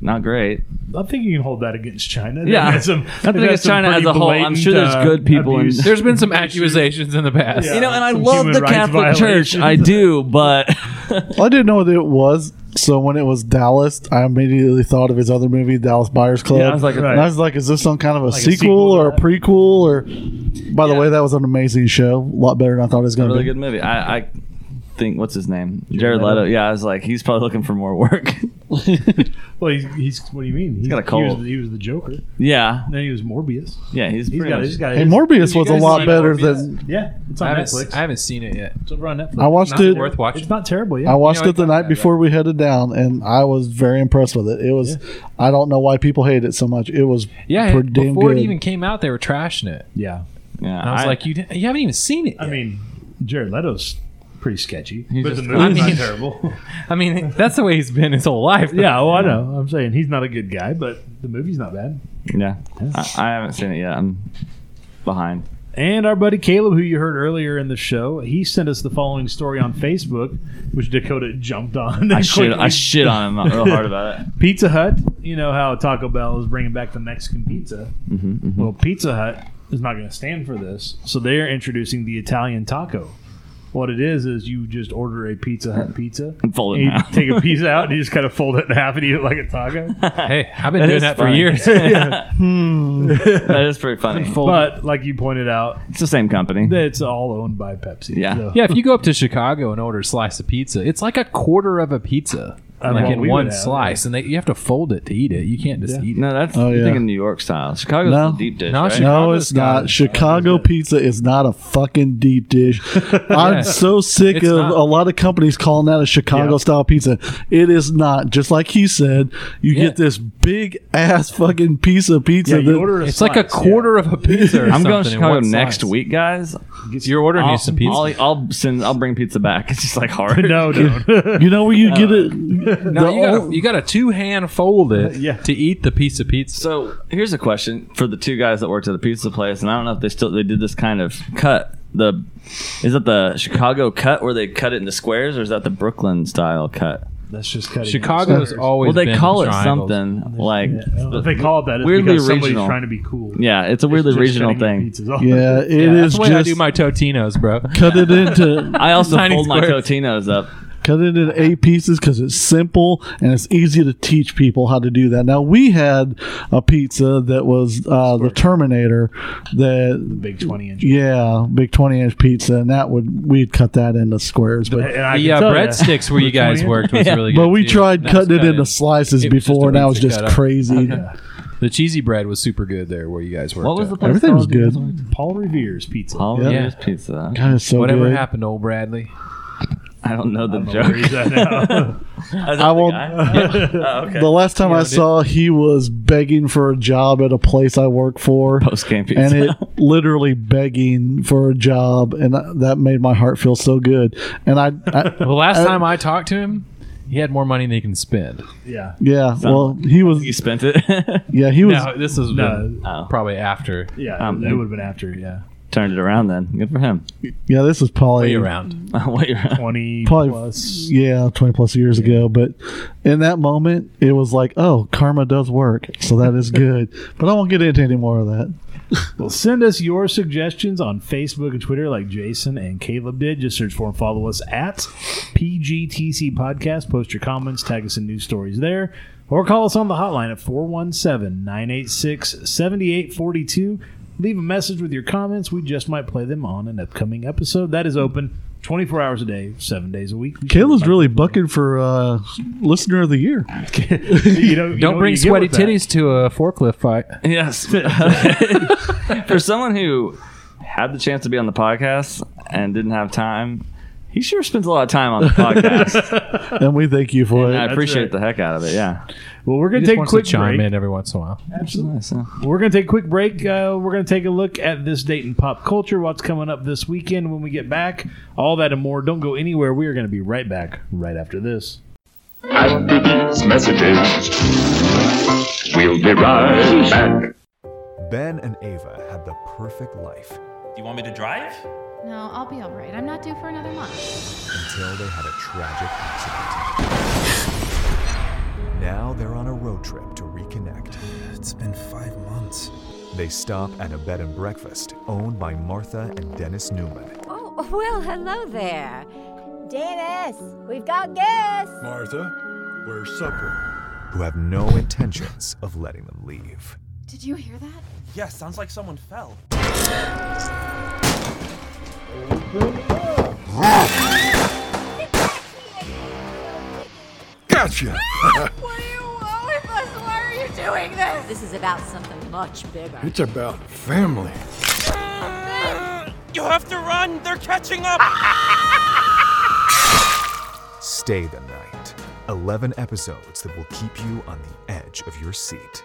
B: not great.
A: I think you can hold that against China. They've
B: Yeah.
A: had some-
B: I
A: they've
B: think
A: had
B: it's
A: some
B: China
A: pretty
B: as a whole. I'm
A: blatant,
B: sure there's
A: uh,
B: good people in-
A: abuse.
C: There's been some accusations in the past.
A: Yeah.
B: You know, and I
A: Some
B: love
A: human
B: the
A: rights
B: Catholic Church.
A: violations.
B: I do, but
A: [laughs]
D: I didn't know what it was. So when it was Dallas, I immediately thought of his other movie, Dallas Buyers Club.
B: yeah, I was like,
A: Right.
D: and I was like, is this some kind of a
A: a
D: sequel,
A: sequel to
D: or a
A: that?
D: prequel? Or by the way, that was an amazing show. A lot better than I thought it was
B: a
D: going to
B: really
D: be.
B: good movie. I. I think what's his name jared leto yeah i was like he's probably looking for more work [laughs]
A: Well, he's, he's what do you mean? He's
B: got a
A: He
B: cold.
A: was, he was the Joker.
B: yeah
A: Then he was Morbius.
B: yeah he's,
A: He's
B: pretty
A: got.
B: much-
A: He's got.
D: Hey,
A: his-
D: Morbius was a
C: guys
D: lot
C: see
D: better
C: Morbius?
D: than
A: Yeah, it's
C: I
A: on
C: haven't,
A: Netflix.
C: I haven't seen it yet.
A: it's over on Netflix.
D: I watched
C: Not
D: it.
C: worth
A: It's
C: watching.
A: not terrible. Yeah.
D: I watched
C: You know,
D: it the
C: I thought
D: night
C: that,
D: before we headed down, and I was very impressed with it. It was, I don't know why people hate it so much. It was
C: Yeah,
D: pretty damn
C: before
D: good.
C: it even came out, they were trashing it.
A: yeah.
B: yeah
C: And I was like, you didn't, you haven't even seen it.
A: I
C: yet.
A: mean, Jared Leto's pretty sketchy,
B: He's
A: but the
B: just-
A: movie's
C: I
A: not
B: [laughs]
C: mean-
A: terrible. [laughs]
C: I mean, that's the way he's been his whole life.
A: yeah, well, I know. I'm saying he's not a good guy, but the movie's not bad.
B: yeah I, I haven't seen it yet i'm behind
A: And our buddy Caleb, who you heard earlier in the show, he sent us the following story on Facebook, which Dakota jumped on. [laughs]
B: I shit, I
A: Quickly.
B: shit on him not real hard about it.
A: Pizza Hut, you know how Taco Bell is bringing back the Mexican pizza.
B: Mm-hmm,
A: Well, Pizza Hut is not going to stand for this, so they're introducing the Italian taco. What it is is you just order a Pizza Hut pizza,
B: And fold it
A: and you
B: in half.
A: take a piece out, and you just kind of fold it in half and eat it like a
B: [laughs]
A: taco.
C: Hey, I've been
B: That
C: doing
B: is
C: that for
B: funny.
C: years. [laughs]
B: [laughs] That is pretty funny.
A: But like you pointed out,
B: it's the same company.
A: it's all owned by Pepsi.
B: Yeah.
A: so-
C: yeah, if you go up to Chicago and order a slice of pizza, it's like a quarter of a pizza,
A: Of what
C: like
A: we
C: in
A: would
C: one
A: have,
C: slice, and they, you have to fold it to eat it. You can't just
A: Yeah.
C: eat it.
B: no, that's
D: Oh,
B: oh, yeah.
D: yeah.
B: thinking New York style. Chicago's
D: No.
B: the deep dish,
C: No,
B: right?
C: Chicago-
D: No,
C: Chicago's
D: it's
C: got
D: not.
C: it.
D: Chicago pizza is not a fucking deep dish.
C: [laughs]
D: I'm so sick
C: It's
D: of
C: not.
D: a lot of companies calling that a Chicago
A: Yeah.
D: style pizza. It is not. Just like he said, you
C: Yeah.
D: get this big ass fucking piece of pizza.
A: Yeah, you
D: that-
A: order a
C: It's like a
A: slice, yeah.
C: quarter of a pizza. Or
B: I'm going to
C: something in one
B: Chicago next
C: slice.
B: week, guys.
C: You're ordering
B: I'll,
C: you some pizza.
B: I'll, I'll send. I'll bring pizza back. [laughs] It's just like
A: [laughs] [laughs]
B: hard.
C: [laughs]
A: No, no.
D: you know where you get it. the
C: Uh, no, you gotta,
D: ol-
C: you gotta two hand fold
A: [laughs]
C: it
A: Yeah.
C: to eat the piece of pizza.
B: So here's a question for the two guys that worked at the pizza place, and I don't know if they still they did this kind of cut. The is it the Chicago cut where they cut it into squares, or is that the Brooklyn style cut?
A: [laughs] That's just cutting.
C: Chicago's always
B: well, they
C: been
B: call it
C: triangles.
B: something like
A: I don't know If they call it that, it's
B: Weirdly
A: because somebody's
B: regional.
A: trying to be cool.
B: yeah, it's a weirdly
A: Just
B: regional
A: cutting
B: thing.
A: pizzas off.
D: Yeah, it is
C: Yeah, that's the way
D: just
C: [laughs] I do my Totinos, bro. uh,
D: cut it
C: [laughs]
D: into
B: I also
C: Tiny
B: fold my
C: squares.
B: Totinos up.
D: cut it into eight pieces because it's simple and it's easy to teach people how to do that. Now we had a pizza that was uh, the Terminator that
A: Big twenty inch.
D: Yeah, big twenty inch pizza, and that would we'd cut that into squares, but
A: And I
C: The
A: can
C: uh,
A: tell ya,
C: breadsticks where you guys [laughs]
A: 20?
C: worked was really good.
D: but we
C: too.
D: tried
C: That was
D: cutting it
C: kinda-
D: into slices
C: it was just
D: before,
C: a
D: and that
C: pizza Uh-huh.
D: was just
C: cut up.
D: crazy.
C: The cheesy bread was super good there where you guys worked.
B: What was
C: at.
B: the place
D: Everything
B: called?
D: was good.
A: Paul Revere's pizza.
B: Paul
D: Yeah.
B: Revere's Pizza.
D: God, it's so
C: Whatever
D: good.
C: happened to old Bradley?
B: I don't know the
A: I don't know where
B: joke.
A: he's
B: [laughs]
A: at now.
B: Is that
D: I
B: the
D: won't-
B: guy? Yeah. Oh, [laughs] okay.
D: The last time
C: Yeah,
D: I
C: dude.
D: saw, he was begging for a job at a place I work for,
B: Post game pizza.
D: and it literally begging for a job, and that- that made my heart feel so good. And I,
C: [laughs]
D: I
C: The last
D: Uh,
C: time I talked to him, he had more money than he can spend.
A: yeah.
D: yeah, well, he
B: [laughs]
D: was,
B: you spent it. [laughs]
D: yeah, he was.
C: No, this was
A: No.
B: oh,
C: probably after.
A: Yeah.
B: Um,
A: it would have been after. Yeah.
B: turned it around then. Good for him. [laughs]
D: Yeah, this was
C: Way
D: probably
C: around.
B: What you're-
A: Twenty
D: Probably-
A: plus.
D: yeah 20 plus years ago but in that moment it was like oh karma does work so that [laughs] is good but i won't get into any more of that
A: Well, send us your suggestions on Facebook and Twitter, like Jason and Caleb did. Just search for and follow us at PGTC Podcast. Post your comments, tag us in news stories there, or call us on the hotline at 417 986 7842. Leave a message with your comments. We just might play them on an upcoming episode. That is open 24 hours a day, seven days a week. We
D: kayla's
A: should-
D: really bucking for uh listener of the year
A: [laughs] you know, you know
C: Don't
A: what
C: bring
A: you get
C: sweaty
A: with that.
C: titties to a forklift fight.
B: [laughs] Yes. For someone who had the chance to be on the podcast and didn't have time, he sure spends a lot of time [laughs] on the podcast.
D: and we thank you for
B: and I
D: it
B: appreciate
A: right.
B: the heck out of it. Yeah.
A: Well, we're
C: He
A: going to
C: just
A: take a
C: wants
A: quick
C: to chime
A: break.
C: in every once in a while.
A: Absolutely.
B: Nice, yeah.
A: We're going to take a quick break. Uh, we're going to take a look at this date in pop culture, what's coming up this weekend when we get back, all that and more. Don't go anywhere. We are going to be right back right after this.
F: After these messages, we'll be right back.
G: Ben and Ava had the perfect life
H: Do you want me to drive?
I: No, I'll be all right. I'm not due for another month.
G: until they had a tragic accident. Now they're on a road trip to reconnect.
J: It's been five months.
G: They stop at a bed and breakfast owned by Martha and Dennis Newman.
K: Oh, well, hello there. Dennis, we've got guests.
J: Martha, where's supper?
G: who have no intentions of letting them leave.
I: Did you hear that?
H: Yeah, sounds like someone fell.
J: Gotcha!
K: What do you want with us? Ah, Why are you doing this? This is about something much bigger.
J: it's about family.
H: You have to run! They're catching up!
G: Stay the night. 11 episodes that will keep you on the edge of your seat.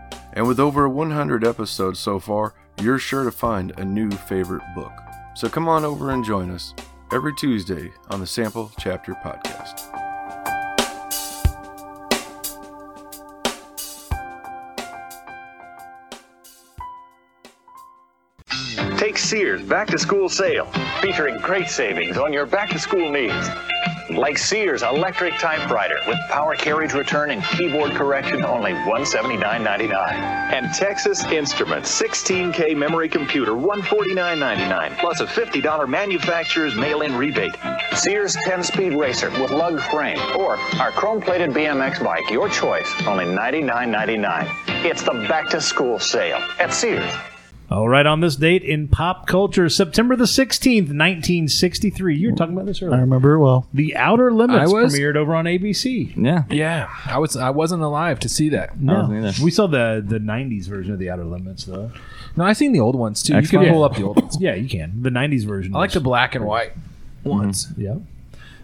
J: And with over 100 episodes so far, you're sure to find a new favorite book. So come on over and join us every Tuesday on the Sample Chapter Podcast.
L: Take Sears back to school sale, featuring great savings on your back to school needs. Like Sears electric typewriter with power carriage return and keyboard correction, only $179.99. And Texas Instruments 16K memory computer, $149.99, plus a $50 manufacturer's mail in rebate. Sears 10 speed racer with lug frame, or our chrome plated BMX bike, your choice, only $99.99. It's the back to school sale at Sears.
A: All right, on this date in pop culture, September the 16th, 1963. You were talking about this earlier.
D: I remember it well.
A: The Outer
C: I
A: Limits
C: was-
A: premiered over on ABC.
B: Yeah.
C: Yeah, I was I wasn't alive to see that.
A: No. We saw the, the 90s version of The Outer Limits, though.
C: No, I've seen the old ones too. You
A: X-Files?
C: can pull up the old ones.
A: Yeah, you can. The 90s version.
C: I like
A: was-
C: the black and white ones.
A: Yeah.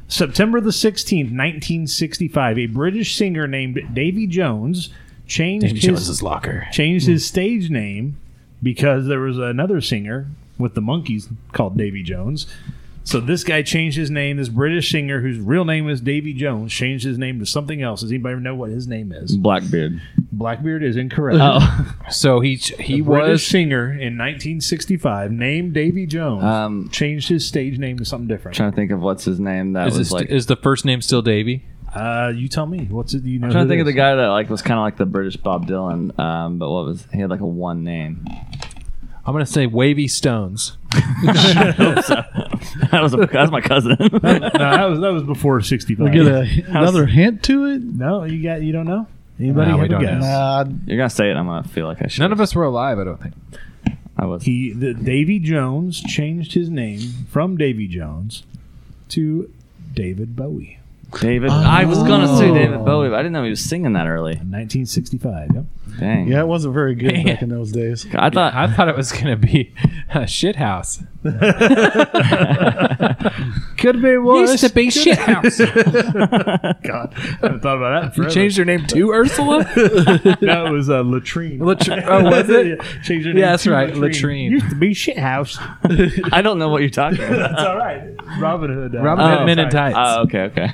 A: September the 16th, 1965, a British singer named Davy Jones changed
C: Davy
A: his,
C: Jones's locker.
A: changed his
B: Hmm.
A: stage name because there was another singer with the monkeys called Davy Jones. So this guy changed his name. This British singer, whose real name is Davy Jones, changed his name to something else. Does anybody know what his name is?
B: Blackbeard.
A: Blackbeard is incorrect.
B: Oh.
C: So he he
A: The
C: was
A: British singer in 1965 named Davy Jones
B: Um,
A: changed his stage name to something different.
B: trying to think of what's his name that
C: is,
B: was
C: this,
B: like.
C: is the first name still Davy?
A: Uh, you tell me. What's it? You know
B: I'm trying to
A: who
B: think
A: it
B: of the
A: is?
B: guy that like was kind of like the British Bob Dylan, um, but what was he had like a one [laughs] name.
C: I'm gonna say Wavy Stones.
B: that was a, that's my [laughs] cousin.
A: [laughs] no, that was that was before sixty
D: We
A: five.
D: get a, [laughs] another hint to it.
A: no, you got you don't know. Anybody
C: No, we
A: have a
C: don't
A: guess?
D: Nah,
B: You're gonna say it. I'm gonna feel like I should.
C: None of us were alive, I don't think.
B: I was.
A: He the, Davy Jones changed his name from Davy Jones to David Bowie
B: David. I was gonna say David Bowie, but I didn't know he was singing that early.
A: in 1965. Yep.
B: Dang.
D: yeah, it wasn't very good back in those days.
B: I thought.
C: I thought it was gonna be [laughs] a shit house.
A: Could be worse.
C: Used to be
D: [laughs]
C: shit house.
A: God, I [laughs] haven't thought about that. in
C: You
A: forever.
C: changed your name to Ursula.
A: No, it was uh, latrine. [laughs]
C: Latri- oh, was it?
A: Yeah, Changed your name.
C: Yeah, that's
A: to
C: right, latrine.
A: Used to be shit house.
B: [laughs]
A: [laughs]
B: I don't know what you're talking about.
A: That's all right. Robin Hood. uh,
C: Robin Hood Men in Tights.
B: Oh, okay, okay.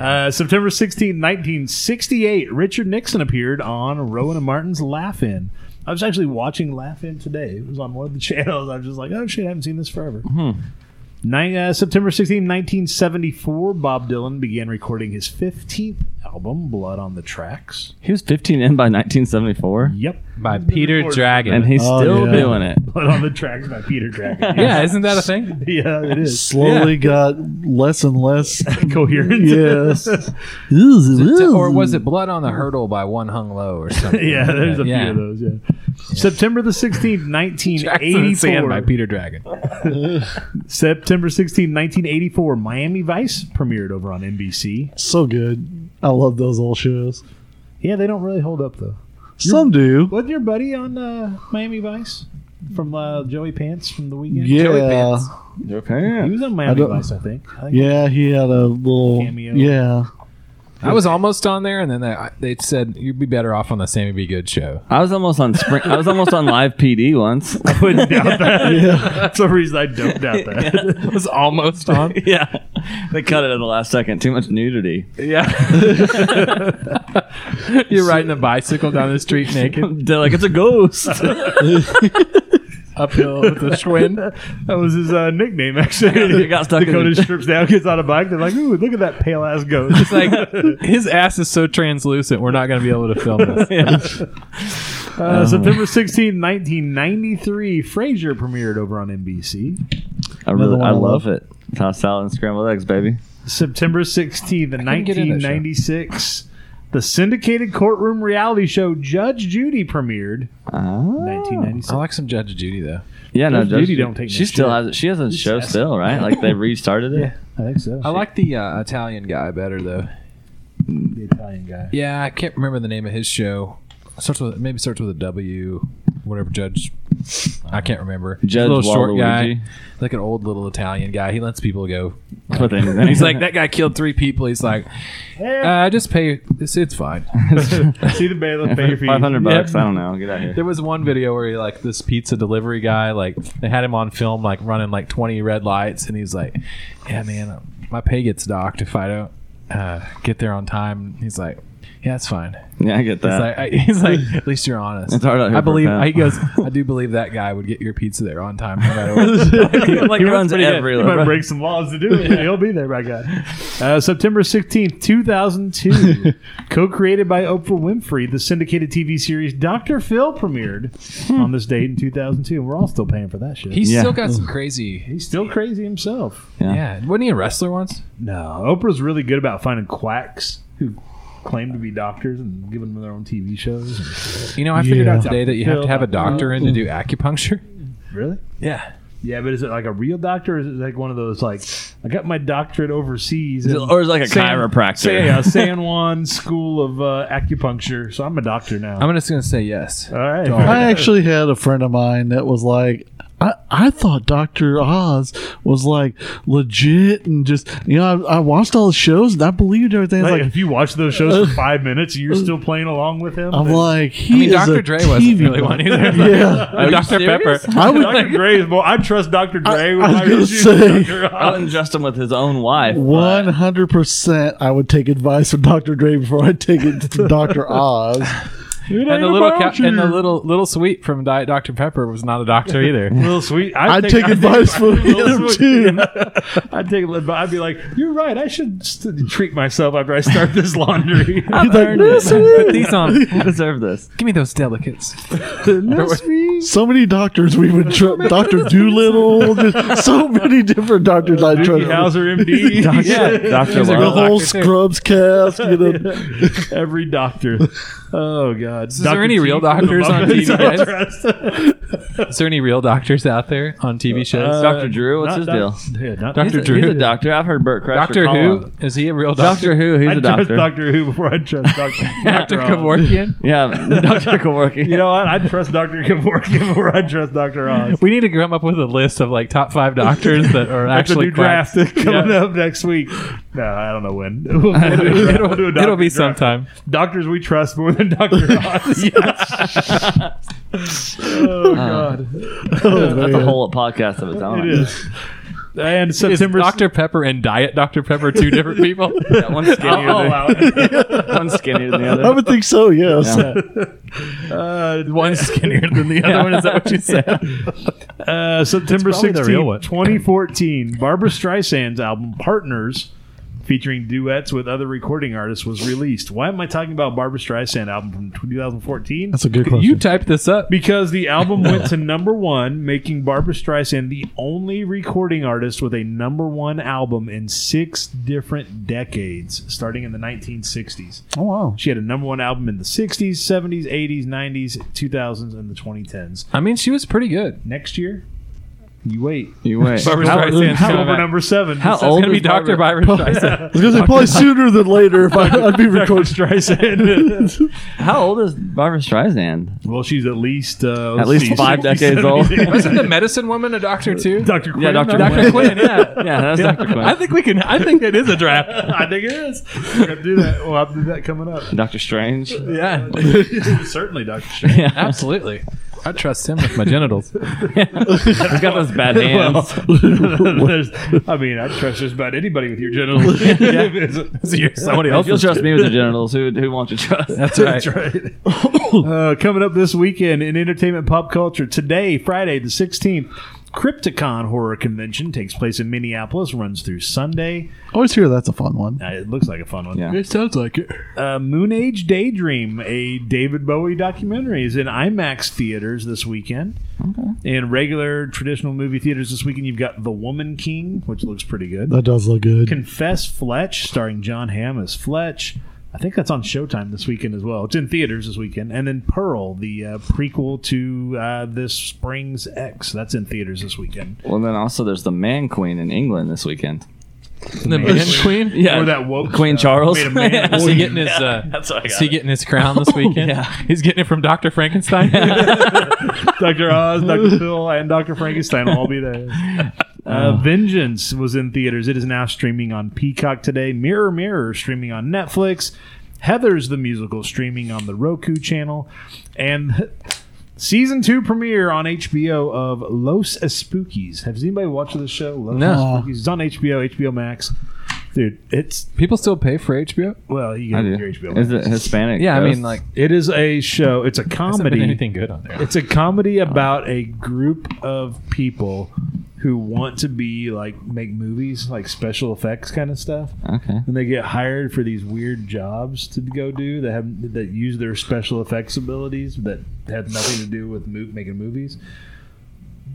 A: Uh, September 16, 1968, Richard Nixon appeared on Rowan and Martin's Laugh In. I was actually watching Laugh In today. It was on one of the [laughs] channels. I was just like, oh shit, I haven't seen this forever.
C: Mm-hmm.
A: Nine, uh, September 16, 1974, Bob Dylan began recording his 15th album, Blood on the Tracks.
B: He was 15 in by 1974,
A: Yep.
C: By Peter
A: recorded.
C: Dragon.
B: and he's
D: Oh,
B: still
D: yeah.
B: doing it.
A: Blood on the Tracks by Peter
C: [laughs]
A: Dragon.
C: yeah, isn't that a thing?
A: yeah, it is.
D: Slowly got less and less.
A: Coherent.
D: Yes.
C: Or was it Blood on the Hurdle by One Hung Low
D: [laughs]
C: or something?
A: yeah, there's a
C: Yeah.
A: few of those. Yeah. September the 16th,
C: Jackson and
A: 1984.
C: Sand by Peter Dragon.
A: September 16, 1984, Miami Vice premiered over on NBC.
D: so good? I love those old shows.
A: Yeah, they don't really hold up though.
D: Some do.
A: Wasn't your buddy on uh, Miami Vice from uh, Joey Pants from the weekend?
D: Yeah,
A: He
B: Okay.
A: was on
D: I
A: Miami
D: don't-
A: Vice, I think. I think
D: yeah. He had a little.
A: Cameo.
D: Yeah,
C: I was almost on there, and then they, they said you'd be better off on the Sammy B. Good show.
B: I was almost on spring. I was almost on live PD once.
A: I wouldn't doubt
B: [laughs]
A: that. That's the reason I don't doubt that.
C: [laughs] I was almost on.
B: yeah, they cut it at the last second. Too much nudity.
C: [laughs] You're riding a bicycle down the street naked,
B: [laughs]
C: [laughs]
B: They're like, it's a ghost.
C: uphill with a Schwinn.
A: [laughs] That was his uh, nickname, actually.
B: It got stuck in
A: Dakota
B: the-
A: strips down, gets on a bike. They're like, ooh, look at that pale ass ghost.
C: It's like his ass is so translucent. We're not going to be able to film [laughs] this.
B: yeah.
A: [laughs] Uh, September 16, 1993, Frasier premiered over on NBC.
B: I really,
D: one
B: I
D: I
B: love it. Toss salad and scrambled eggs, baby.
A: September 16th,
C: couldn't get in that show.
A: 1996, the syndicated courtroom reality show Judge Judy premiered.
B: Ah.
A: 1996.
C: I like some Judge Judy though.
B: Yeah, no,
A: Judge Judy
B: Judy
A: don't take no
B: She still
A: shit.
B: has. She has a
A: She's
B: show
A: sassy.
B: still, right? Like they restarted it.
A: I think so.
B: Oh.
C: I like the uh, Italian guy better though.
A: the Italian guy. [laughs]
C: Yeah, I can't remember the name of his show. Starts with maybe starts with a W, whatever judge. I can't remember. He's
B: Judge
C: a little short
B: Waluigi.
C: guy, like an old little Italian guy. He lets people go.
B: But then-
C: and he's
B: [laughs]
C: [laughs] like, that guy killed three people. He's like, uh, just pay. It's it's fine.
A: See the
B: [laughs]
A: bailiff pay your fee.
B: Five hundred
C: Yep.
B: bucks. I don't know. Get out of here.
C: [laughs] There was one video where he, like this pizza delivery guy, like they had him on film, like running like twenty red lights, and he's like, "Yeah, man, uh, my pay gets docked if I don't uh, get there on time." He's like, "Yeah, that's fine."
B: Yeah, I get
C: He's
B: that.
C: like, I, [laughs] he's like, "At least you're honest."
B: It's hard out here
C: I
B: for a
C: believe.
B: pal. [laughs]
C: He goes, "I do believe that guy would get your pizza there on time, no matter
B: [laughs]
C: what."
B: He runs every-
A: You might break some laws to do it. He'll be there, by God. Uh, September 16th,
B: [laughs]
A: 2002, co created by Oprah Winfrey, the syndicated TV series Dr. Phil premiered
B: Hmm.
A: on this date in 2002. And we're all still paying for that shit.
C: He's still got some crazy.
A: He's still crazy himself.
C: Yeah. wasn't he a wrestler once?
A: No, Oprah's really good about finding quacks who claim to be doctors and giving them their own TV shows.
C: You know, I figured out today that you have to have a doctor in to do acupuncture.
A: Really?
C: Yeah.
A: Yeah, but is it like a real doctor, or is it like one of those like I got my doctorate overseas,
B: Is it-
A: in
B: [laughs] or is it like a chiropractor?
A: Say,
B: [laughs]
A: uh, San Juan School of uh, Acupuncture. So I'm a doctor now.
C: I'm just gonna say yes.
A: All right.
D: I actually had a friend of mine that was like, I, I thought Dr. Oz was like legit and just, you know, I, I watched all the shows and I believed everything. It's
A: Like,
D: like,
A: if you watch those shows for five minutes, you're still playing along with him.
D: I'm
A: then-
D: like, he is a TV [laughs]
B: [laughs]
D: yeah.
B: Dr. Pepper.
D: I would-
A: Dr. Gray is more. I trust Dr. Gray. with
D: I was
A: my
D: gonna
A: issues.
D: say-
A: Dr.
B: I wouldn't trust him with his own wife. [laughs]
D: One hundred percent, I would take advice from Doctor Dre before I take it
B: [laughs]
D: to Doctor Oz.
C: and the little ca- and the little little sweet from Diet Dr Pepper was not a doctor either.
A: Little sweet.
D: I'd take advice from
A: Little
D: him,
A: Sweet,
D: too.
A: [laughs] yeah. I'd take, advice. I'd be like, you're right. I should st- treat myself after I start this [laughs]
D: [laughs]
A: laundry.
B: I've earned
D: "This
B: it.
D: is-
B: Put these on. I deserve this.
C: Give me those delicates.
B: [laughs]
D: So many doctors we would trust. Doctor Doolittle, just so many different doctors I trust.
A: Hauser, MD. [laughs]
D: Doctor,
B: Dr.
D: the
B: Love.
D: whole
C: Doctor too.
D: Scrubs [laughs] cast. You know,
A: Every doctor. Oh God. Is
C: there any real doctors on TV,
A: [laughs]
C: guys? Is there any real doctors out there on TV
A: uh,
C: shows?
B: Dr. Drew, what's his deal?
A: Yeah, not
C: Dr.
B: He's a-
C: Drew.
B: He's a doctor. I've heard Burt Kreischer.
C: Doctor
B: call
C: Who
B: him.
C: is he a real doctor?
B: Doctor Who. He's
A: I
B: a
A: trust
C: [laughs]
B: doctor.
A: Doctor Who before I trust Doctor
C: Doctor
A: Oz.
C: Kevorkian.
B: Yeah, [laughs] Doctor Kevorkian.
A: You know what? I trust Doctor [laughs] Kevorkian before I trust Doctor Oz.
C: We need to come up with a list of like top five doctors that are
A: That's a
C: actually
A: new draft [laughs]
C: quacks.
A: coming
C: Yeah.
A: up next week. No, I don't know when. [laughs]
C: [laughs]
A: We'll do a draft.
C: it'll,
A: We'll do a
C: it'll
A: doctor
C: be
A: draft.
C: sometime.
A: Doctors we trust more than
C: [laughs]
A: Doctor Oz. [laughs]
C: Uh,
A: oh God,
D: oh,
B: That's a whole podcast of its own.
A: it is. And
C: Is
A: September.
C: Dr Pepper and Diet Dr Pepper two different [laughs] people? Oh,
B: Yeah, one skinnier
A: I'll
B: than
A: allow it.
B: one skinnier than [laughs] the other.
D: I would think so. Yes.
B: Yeah.
D: [laughs]
A: Uh,
C: One skinnier than the other one. Is that what [laughs] you said?
A: Uh, September
C: probably the real
A: 16th, 2014, Barbara Streisand's album Partners, featuring duets with other recording artists, was released. Why am I talking about Barbara Streisand album from 2014?
D: That's a good question.
C: You typed this up.
A: Because the album went
B: [laughs]
A: to number one, making Barbara Streisand the only recording artist with a number one album in six different decades, starting in the 1960s.
D: oh wow.
A: She had a number one album in the 60s, 70s, 80s, 90s, 2000s, and the 2010s.
C: I mean, she was pretty good.
A: Next year, you wait.
B: You wait.
C: Barbra
B: How-
C: Streisand's
A: It's
C: coming
A: over
C: back.
A: number seven.
B: How
A: It's
B: old
C: It's gonna be
B: is Barbra-
C: Doctor Byron [laughs] Streisand.
D: I was gonna say probably sooner than later if I, I'd [laughs] be
A: Dr.
B: [laughs]
D: recording.
A: Streisand.
B: How old is Barbara Streisand?
A: well, she's at least uh,
B: At
A: let's
B: least
A: see, 60,
B: five decades
A: 70,
B: old.
A: 80.
C: Wasn't the medicine woman a doctor too?
A: [laughs] Dr. Quinn.
B: Yeah, Dr.
A: Dr.
B: Quinn.
C: Dr. Quinn, yeah.
B: Yeah, that's Doctor Quinn.
C: I think we can. I think that is a [laughs] draft.
A: I think it is. We're gonna do that. We'll have to do that coming up.
B: Doctor Strange.
C: Yeah,
A: [laughs] Certainly, Doctor Strange.
B: Yeah.
C: [laughs] absolutely. I trust him [laughs] with my genitals.
B: [laughs] He's got those bad hands.
C: [laughs]
A: There's- I mean, I trust just about anybody with your genitals. [laughs]
C: Somebody
B: If
C: else.
B: you'll trust me
C: [laughs]
B: with your genitals, who, who won't you trust?
C: That's right.
A: That's
C: [laughs]
A: right. uh, coming up this weekend in entertainment pop culture today, Friday the 16th, Crypticon Horror Convention takes place in Minneapolis, runs through Sunday.
D: I always hear that's a fun one.
A: Uh, it looks like a fun one.
B: Yeah.
D: It sounds like it.
A: Uh, Moon Age Daydream, a David Bowie documentary, is in IMAX theaters this weekend. Okay. In regular traditional movie theaters this weekend, you've got The Woman King, which looks pretty good.
D: That does look good.
A: Confess Fletch, starring John Hamm as Fletch. I think that's on Showtime this weekend as well. It's in theaters this weekend, and then Pearl, the uh, prequel to uh, this spring's X, that's in theaters this weekend.
B: [laughs] Well, then also there's the Man Queen in England this weekend.
A: The The Man Man Queen? Queen?
B: yeah,
A: Or that woke,
B: Queen
A: uh,
B: Charles.
A: made a man
B: Yeah.
A: queen.
C: [laughs] Is he getting his? Uh,
B: That's what I
C: is
B: got
C: he
B: it.
C: getting his crown [laughs] this weekend?
B: yeah.
C: He's getting it from Doctor [laughs] Frankenstein.
A: Dr. Oz,
C: [laughs]
A: Dr. Phil, and Dr. Frankenstein will all be there. Uh, Vengeance was in theaters. It is now streaming on Peacock today. Mirror Mirror streaming on Netflix. Heather's the musical streaming on the Roku channel. And season two premiere on HBO of Los Espookies. Has anybody watched this show? Los
C: No.
A: Espookies. It's on HBO, HBO Max. Dude, it's
C: people still pay for HBO.
A: Well, you
B: I
A: get
B: do.
A: your HBO.
B: Is
A: Max.
B: it Hispanic?
C: Yeah, I mean,
B: ghosts?
C: like-
A: It is a show. It's a
C: Hasn't been
A: comedy.
C: anything good on there?
A: It's a comedy about a group of people who want to be like make movies, like special effects kind of stuff,
B: okay.
A: and they get hired for these weird jobs to go do that have that use their special effects abilities that have nothing to do with mo- making movies.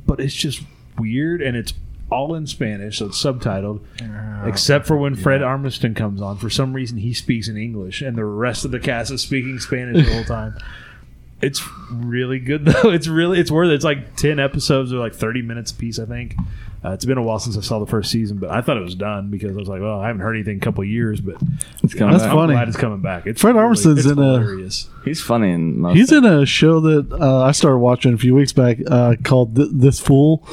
A: But it's just weird, and it's all in Spanish, so it's subtitled.
D: Ah,
A: Except for when Fred Armiston comes on, for some reason he speaks in English, and the rest of the cast is speaking Spanish the whole
D: [laughs]
A: time. It's really good though. [laughs] It's really it's worth it. It's like ten episodes or like thirty minutes a piece, I think. Uh, it's been a while since I saw the first season, but I thought it was done because I was like, well, I haven't heard anything in a couple of years, but
B: It's coming
A: that's
B: back.
A: funny. I'm glad it's coming back. It's
D: Fred
A: really-
D: Armisen's
A: it's
D: in a-
A: hilarious.
B: He's funny in most.
D: He's in a show that uh, I started watching a few weeks back uh, called Th- "This Fool."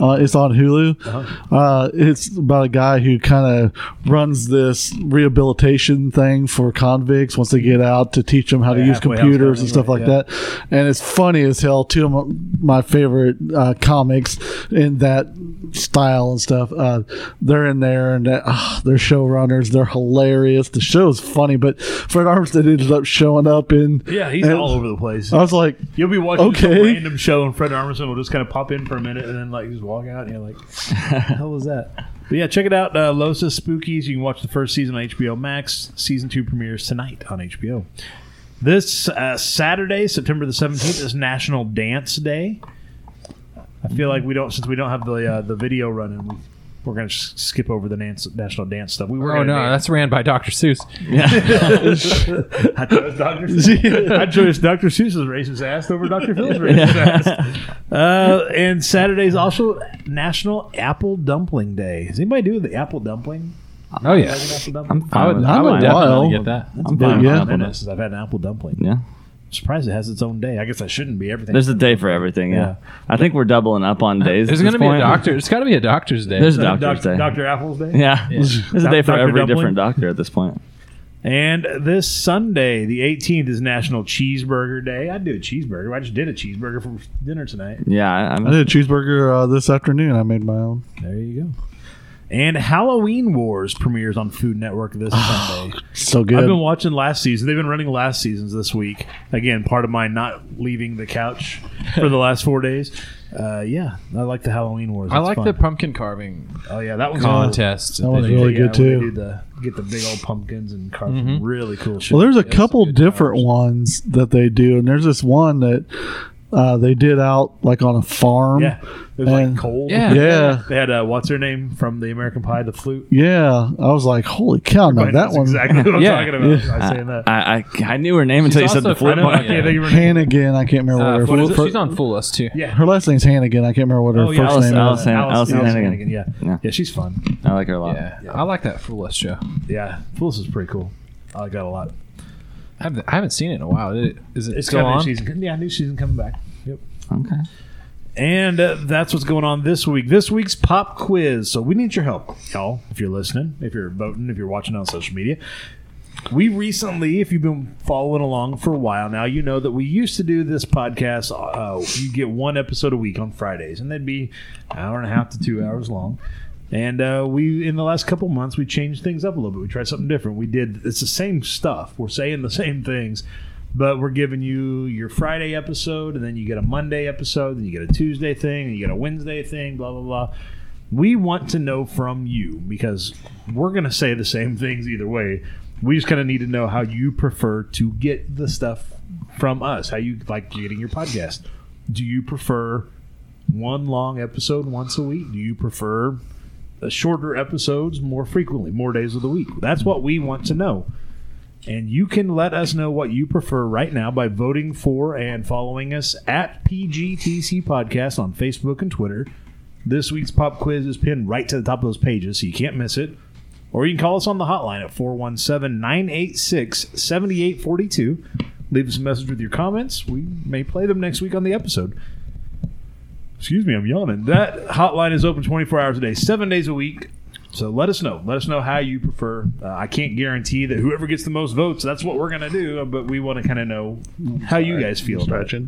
D: Uh, it's on Hulu.
A: Uh-huh.
D: uh it's about a guy who kind of runs this rehabilitation thing for convicts once they get out to teach them how to
A: Like
D: use
A: halfway house kind
D: computers and
A: of
D: stuff
A: thing,
D: like
A: yeah.
D: that. And it's funny as hell. Two of my, my favorite uh, comics in that style and stuff. Uh, they're in there and that, ah, they're showrunners. They're hilarious. The show is funny, but Fred Armstead ended up showing up in
A: Yeah, he's
D: and-
A: all over the place.
D: I was like,
A: You'll be watching some
D: Okay.
A: random show, and Fred Armisen will just kind of pop in for a minute, and then like just walk out, and you're like, "What the hell was that?" But yeah, check it out, uh, Los Spookies. You can watch the first season on HBO Max. Season two premieres tonight on HBO. This uh, Saturday, September the seventeenth, is National Dance Day. I feel like we don't since we don't have the uh, the video running. We, we're gonna s skip over the dance, national dance stuff. We were
C: Oh
A: gonna
C: no,
A: dance.
C: that's ran by Dr. Seuss. [laughs]
A: I chose Dr. Seuss. I chose Dr. Seuss's racist ass over Dr. Phil's racist ass. Uh, and Saturday's also National Apple Dumpling Day. Does anybody do the apple dumpling?
C: Oh yeah,
A: Apple
B: I'm
A: dumpling?
B: fine with that.
D: Not in a while.
C: definitely get that.
B: I'm fine with
D: yeah.
B: that.
A: Minute since I've had an apple dumpling.
B: Yeah.
A: I'm surprised it has its own day. I guess that shouldn't be everything.
B: There's a day for everything. Yeah.
A: Yeah.
B: I think we're doubling up on days.
C: There's
B: at this
C: gonna be a
B: point.
C: doctor. It's got to be a doctor's day.
B: There's a
A: Doc-
B: doctor's day.
A: Dr. Apple's Day?
B: Yeah. There's a
A: Doc-
B: day for
A: Dr.
B: every
A: Dumpling?
B: different doctor at this point.
A: And this Sunday, the 18th, is National Cheeseburger Day. I'd do a cheeseburger. I just did a cheeseburger for dinner tonight.
B: Yeah. I,
D: I
B: I'm,
D: did a cheeseburger uh, this afternoon. I made my own.
A: There you go. And Halloween Wars premieres on Food Network this Sunday.
D: So
A: [sighs]
D: good.
A: I've been watching last season. They've been running last seasons this week. Again, part of my not leaving the couch for the last four days. Uh, yeah, I like the Halloween Wars.
C: I
A: It's
C: like
A: fun.
C: the pumpkin carving
A: oh yeah that one's
C: contest.
D: That one's
C: They-
A: cool. Yeah,
D: really good,
A: when they
D: too.
A: do the- get the big old pumpkins and carve some
C: Mm-hmm.
A: really cool shit.
D: well, there's a couple different ones that they do, and there's this one that uh, they did out like on a farm.
A: yeah, it was like
D: And-
A: cold.
C: Yeah.
D: yeah,
A: They had uh, what's her name from the American Pie, the flute.
D: yeah. I was like, holy cow! Now
A: Right,
D: that
A: that's
D: one,
A: exactly what I'm
C: Yeah.
A: talking about. I saying
C: [laughs]
A: that.
B: I, I I knew her name until you
C: She's
B: said the
A: I
C: also
B: flip
A: know. I
B: part.
A: can't think of her name.
D: Hannigan. I can't remember
C: Uh,
D: what her
C: Fool-
D: fir-
C: she's on Fool Us too.
A: Yeah.
D: her last name's Hannigan. I can't remember what her
A: Oh, yeah,
D: first
A: Alice-
D: name
B: Alice
D: is.
B: Hannigan. Alice Hannigan.
A: Yeah.
B: Yeah.
A: yeah, she's fun.
B: I like her a lot.
C: Yeah. I like that Fool Us show.
A: Yeah, Fools is pretty cool. I like that a lot.
C: I haven't, I haven't seen it in a while. Is it, is it
A: It's
C: still
A: got a new
C: on?
A: season. Yeah, new season coming back. Yep.
B: Okay.
A: And uh, that's what's going on this week. This week's pop quiz. So we need your help, y'all. If you're listening, if you're voting, if you're watching on social media, we recently, if you've been following along for a while now, you know that we used to do this podcast. Uh, you get one episode a week on Fridays, and they'd be an hour and a half to two hours long. And uh, we, in the last couple months, we changed things up a little bit. We tried something different. We did it's the same stuff. We're saying the same things, but we're giving you your Friday episode, and then you get a Monday episode, then you get a Tuesday thing, and you get a Wednesday thing. Blah blah blah. We want to know from you because we're going to say the same things either way. We just kind of need to know how you prefer to get the stuff from us, how you like getting your podcast. Do you prefer one long episode once a week? Do you prefer uh, shorter episodes more frequently, more days of the week? That's what we want to know. And you can let us know what you prefer right now by voting for and following us at PGTC Podcast on Facebook and Twitter. This week's pop quiz is pinned right to the top of those pages, so you can't miss it. Or you can call us on the hotline at 417 986 7842. Leave us a message with your comments. We may play them next week on the episode. Excuse me, I'm yawning. That hotline is open 24 hours a day, seven days a week. So let us know. Let us know how you prefer. Uh, I can't guarantee that whoever gets the most votes, that's what we're going to do, but we want to kind of know how you guys feel about it.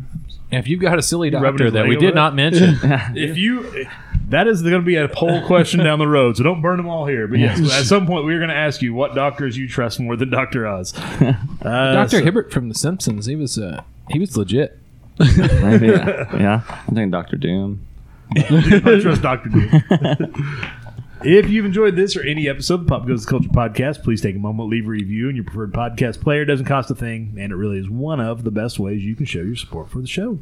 C: If you've got a silly
A: You rubbing
C: doctor
A: his
C: that
A: leg
C: we
A: over
C: did
A: it?
C: not mention,
A: if you that is going to be a poll question down the road so don't burn them all here but yes
C: Yes.
A: at some point we're going to ask you what doctors you trust more than dr oz uh,
C: Doctor
A: so-
C: Hibbert from The Simpsons, he was uh, he was legit.
B: Maybe, yeah. I'm thinking Doctor Doom.
A: I trust Dr. Doom. [laughs] If you've enjoyed this or any episode of the Pop Goes the Culture podcast, please take a moment, leave a review in your preferred podcast player. It doesn't cost a thing, and it really is one of the best ways you can show your support for the show.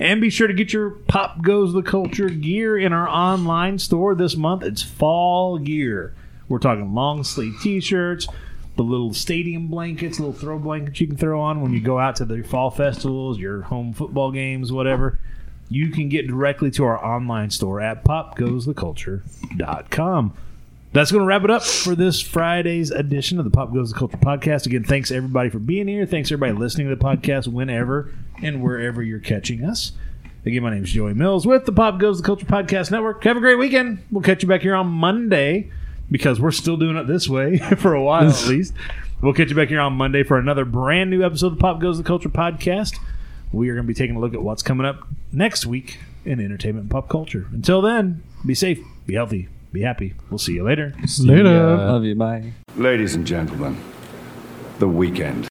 A: And be sure to get your Pop Goes the Culture gear in our online store this month. It's fall gear. We're talking long sleeve t shirts, the little stadium blankets, little throw blankets you can throw on when you go out to the fall festivals, your home football games, whatever you can get directly to our online store at popgoestheculture.com. That's going to wrap it up for this Friday's edition of the Pop Goes the Culture podcast. Again, thanks everybody for being here. Thanks everybody listening to the podcast whenever and wherever you're catching us. Again, my name is Joey Mills with the Pop Goes the Culture Podcast Network. Have a great weekend. We'll catch you back here on Monday because we're still doing it this way [laughs] for a while at least. We'll catch you back here on Monday for another brand new episode of the Pop Goes the Culture Podcast. We are going to be taking a look at what's coming up next week in entertainment and pop culture. Until then, be safe, be healthy, be happy. We'll see you later.
B: Love you. Bye.
M: Ladies and gentlemen, the weekend.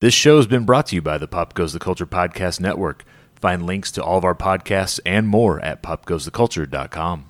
N: This show has been brought to you by the Pop Goes the Culture Podcast Network. Find links to all of our podcasts and more at popgoestheculture.com.